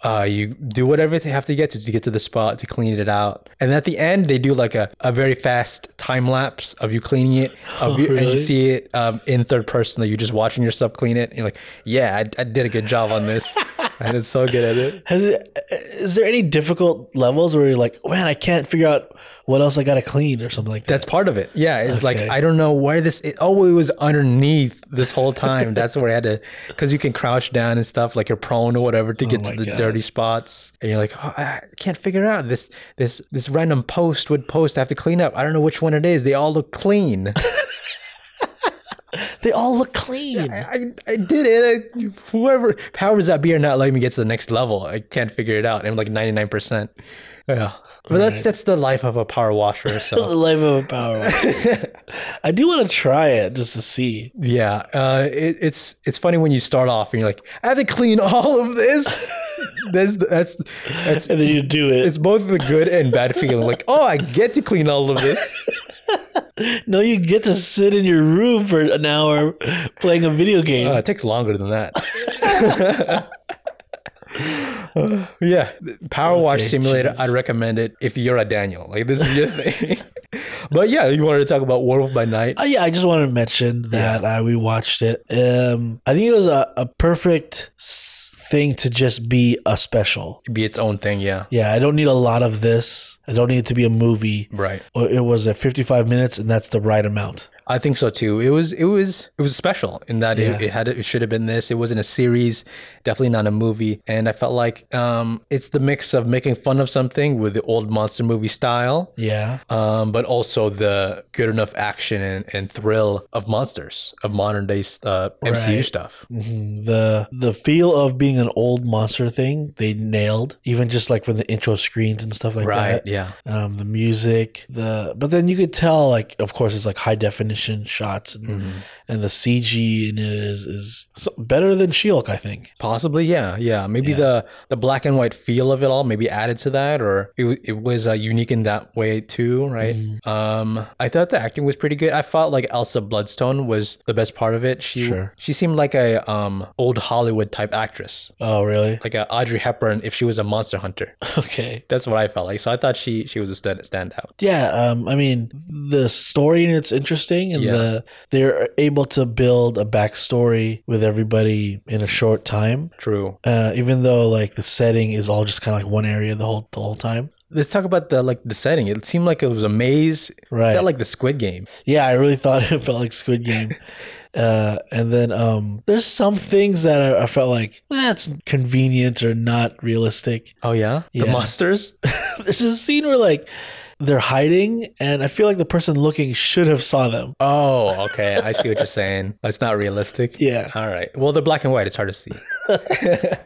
uh, you do whatever they have to get to to get to the spot to clean it out. And at the end, they do like a, a very fast time lapse of you cleaning it, of you, and you
really?
see it um, in third person. That you're just watching yourself clean it. And you're like, yeah, I, I did a good job on this. I did so good at it.
Has it? Is there any difficult levels where you're like, man, I can't figure out what else I gotta clean or something like that?
That's part of it. Yeah, it's like
Okay.
I don't know where this. It, oh, it was underneath this whole time. That's where I had to, because you can crouch down and stuff, like you're prone or whatever, to get
Oh my
to the
God.
dirty spots, and you're like, oh, I I can't figure out this this this random post would post. I have to clean up. I don't know which one it is. They all look clean.
They all look clean.
I, I, I did it. I, whoever powers that beer not letting me get to the next level. I can't figure it out. I'm like 99. percent Yeah, but that's that's the life of a power washer. So
The life of a power. washer. I do want to try it just to see.
Yeah, uh, it, it's it's funny when you start off and you're like, I have to clean all of this. that's that's that's
And then you do it.
it's both the good and bad feeling. Like, oh, I get to clean all of this.
No, you get to sit in your room for an hour playing a video game.
Uh, it takes longer than that. yeah, Power Wash
Okay,
Simulator.
jeez.
I'd recommend it if you're a Daniel. Like this is your thing. but yeah, you wanted to talk about Werewolf by Night.
Oh, yeah, I just wanted to mention that uh, we watched it. Um, I think it was a, a perfect s- thing to just be a special.
It'd be its own thing. Yeah,
Yeah, I don't need a lot of this. I don't need it to be a movie.
right.
Or It was at 55 minutes, and that's the right amount.
I think so too. It was it was it was special in that it,
Yeah.
it had it should have been this. It wasn't a series, definitely not a movie. And I felt like um, it's the mix of making fun of something with the old monster movie style,
Yeah.
um, but also the good enough action and, and thrill of monsters of modern day uh, MCU
Right.
stuff.
Mhm. The the feel of being an old monster thing they nailed, even just like from the intro screens and stuff like
Right?
that.
Yeah.
Um, the music, the but then you could tell like of course it's like high definition shots and,
Mhm.
and the CG in it is is so- better than She-Hulk I think.
Possibly, yeah, yeah. Maybe
Yeah.
the the black and white feel of it all maybe added to that, or it, w- it was uh, unique in that way too, right?
Mm-hmm.
Um, I thought the acting was pretty good. I felt like Elsa Bloodstone was the best part of it. She
Sure.
she seemed like a um old Hollywood type actress,
Oh really?
like a Audrey Hepburn if she was a monster hunter.
Okay.
That's what I felt like. So I thought she she was a stand standout.
Yeah, um, I mean the story and it's interesting, and
Yeah.
the they're able to build a backstory with everybody in a short time.
True.
Uh, even though like the setting is all just kind of like one area the whole the whole time.
Let's talk about the like the setting. It seemed like it was a maze.
Right.
Felt like the Squid Game.
yeah, I really thought it felt like Squid Game. Uh, and then um, there's some things that I, I felt like that's convenient or not realistic.
Oh yeah, the
Yeah.
monsters.
There's a scene where like they're hiding, and I feel like the person looking should have saw them.
Oh, okay. I see what you're saying. It's not realistic.
Yeah.
All right. Well, they're black and white. It's hard to see.
Uh,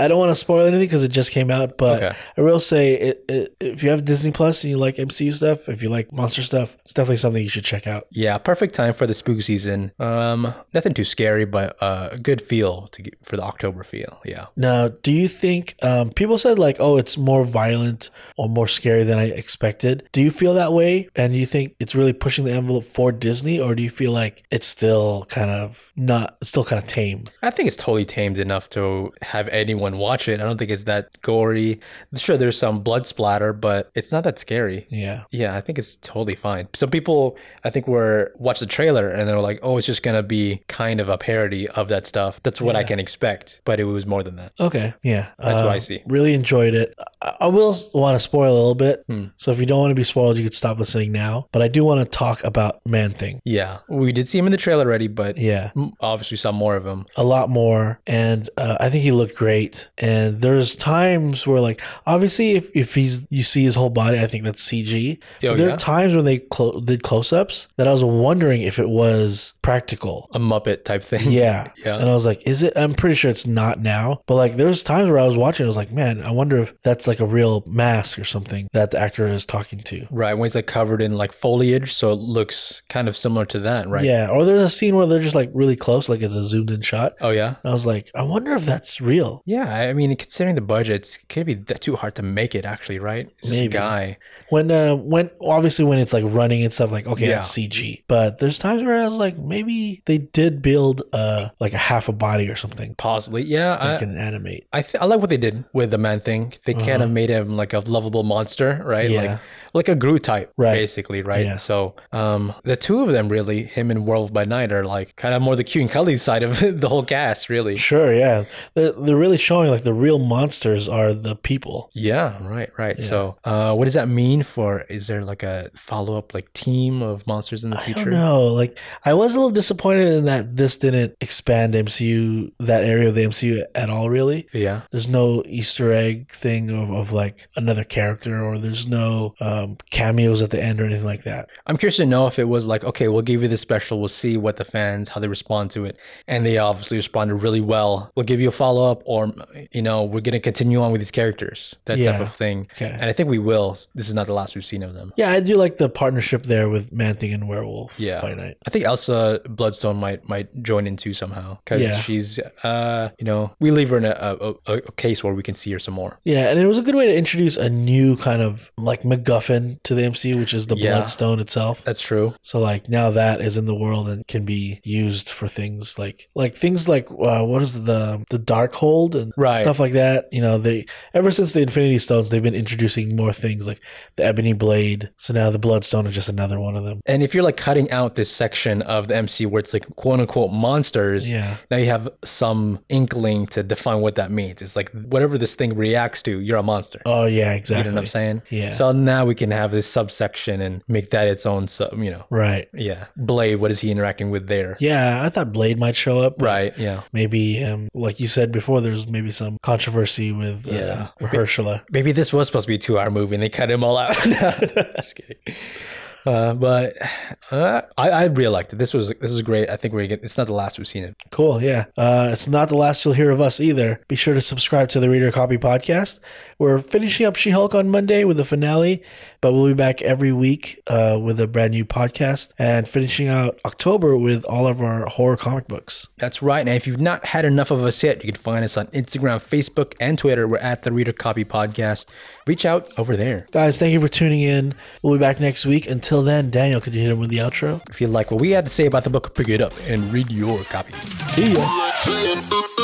I don't want to spoil anything because it just came out, but
Okay.
I will say it, it, if you have Disney Plus and you like MCU stuff, if you like monster stuff, it's definitely something you should check out.
yeah. Perfect time for the spook season. Um, nothing too scary, but uh, a good feel to get for the October feel. Yeah.
Now, do you think um, people said like, "Oh, it's more violent or more scary than I expected. Do you feel that way? And you think it's really pushing the envelope for Disney, or do you feel like it's still kind of not, it's still kind of tame?
I think it's totally tamed enough to have anyone watch it. I don't think it's that gory. Sure, there's some blood splatter, but it's not that scary.
Yeah.
Yeah, I think it's totally fine. Some people, I think, were watch the trailer and they're like, "Oh, it's just gonna be kind of a parody of that stuff." That's what I
Yeah.
can expect, but it was more than that.
Okay. Yeah. Uh,
That's what I see.
Really enjoyed it. I, I will want to spoil a little bit.
Hmm.
So if you don't want to be spoiled, you could stop listening now. But I do want to talk about Man Thing.
Yeah, we did see him in the trailer already, but
Yeah.
m- obviously saw more of him.
a lot more and uh, i think he looked great and there's times where like obviously if, if he's you see his whole body i think that's cg
Oh,
but there
yeah?
are times when they clo- did close-ups that i was wondering if it was practical
A Muppet type thing.
yeah
Yeah.
and i was like is it i'm pretty sure it's not now but like there's times where i was watching i was like man i wonder if that's like a real mask or something that the actor is talking to
Right, when he's like covered in like foliage, so it looks kind of similar to that, right?
yeah or there's a scene where they're just like really close like it's a zoomed in shot
Oh yeah.
and i was like i wonder if that's real
Yeah, I mean, considering the budgets, it could be that too hard to make it. Actually, right? It's just a
Maybe.
guy.
When uh, when obviously when it's like running and stuff, like okay,
Yeah.
that's CG. But there's times where I was like, maybe they did build uh like a half a body or something
Possibly, yeah.
that
I,
can animate.
I, th- I like what they did with the man thing. They kind
Uh-huh.
of made him like a lovable monster, right?
Yeah.
Like like a Groot type,
Right.
basically, right?
Yeah.
So um, the two of them, really, him and Werewolf by Night, are like kind of more the Q and Cully side of the whole cast, really.
Sure, yeah, they're, they're really showing like the real monsters are the people.
Yeah, right, right.
Yeah.
So uh, what does that mean for? Is there like a follow up like team of monsters in the
I
future?
don't know. Like, I was a little disappointed in that this didn't expand MCU that area of the MCU at all. Really,
Yeah.
there's no Easter egg thing of, of like another character, or there's no um, cameos at the end or anything like that.
I'm curious to know if it was like, okay, we'll give you this special, we'll see what the fans how they respond to it, and they obviously responded really well. We'll give you a follow up, or you know, we're gonna continue on with these characters, that
Yeah.
type of thing.
Okay.
And I think we will. This is not the last we've seen of them.
Yeah, I do like the partnership there with Man Thing and Werewolf.
Yeah.
by night.
I think Elsa Bloodstone might might join in too somehow because
Yeah.
she's, uh, you know, we leave her in a, a, a, a case where we can see her some more.
Yeah, and it was a good way to introduce a new kind of like MacGuffin to the MCU, which is the
Yeah.
Bloodstone itself.
That's true.
So like now that is in the world and can be used for things like like things like uh, what is the the Darkhold and
Right.
stuff like that. You know, they ever since the Infinity Stones, they've been introducing more things like the Ebony Blade. So now the Bloodstone is just another one of them.
And if you're like cutting out this section of the MC where it's like quote unquote monsters,
Yeah,
now you have some inkling to define what that means. It's like whatever this thing reacts to, you're a monster.
Oh yeah,
You
exactly.
know what I'm saying?
Yeah.
So now we can have this subsection and make that its own sub. You know,
right.
yeah. Blade, what is he interacting with there?
Yeah, I thought Blade might show up. but-
Right. Yeah.
maybe um, like you said before there's maybe some controversy with uh,
Yeah.
Mahershala.
Maybe this was supposed to be a two-hour movie, and they cut him all out. No, just kidding. Uh, but uh, I, I really liked it. This was this is great. I think we're gonna, it's not the last we've seen it.
Cool, yeah. Uh, it's not the last you'll hear of us either. Be sure to subscribe to the Reader Copy podcast. We're finishing up She-Hulk on Monday with the finale, but we'll be back every week uh, with a brand new podcast and finishing out October with all of our horror comic books.
That's right. Now, if you've not had enough of us yet, you can find us on Instagram, Facebook, and Twitter. We're at the Reader Copy Podcast. Reach out over there.
Guys, thank you for tuning in. We'll be back next week. Until then, Daniel, could you hit him with the outro?
If you like what we had to say about the book, pick it up and read your copy.
See ya.
Thank you.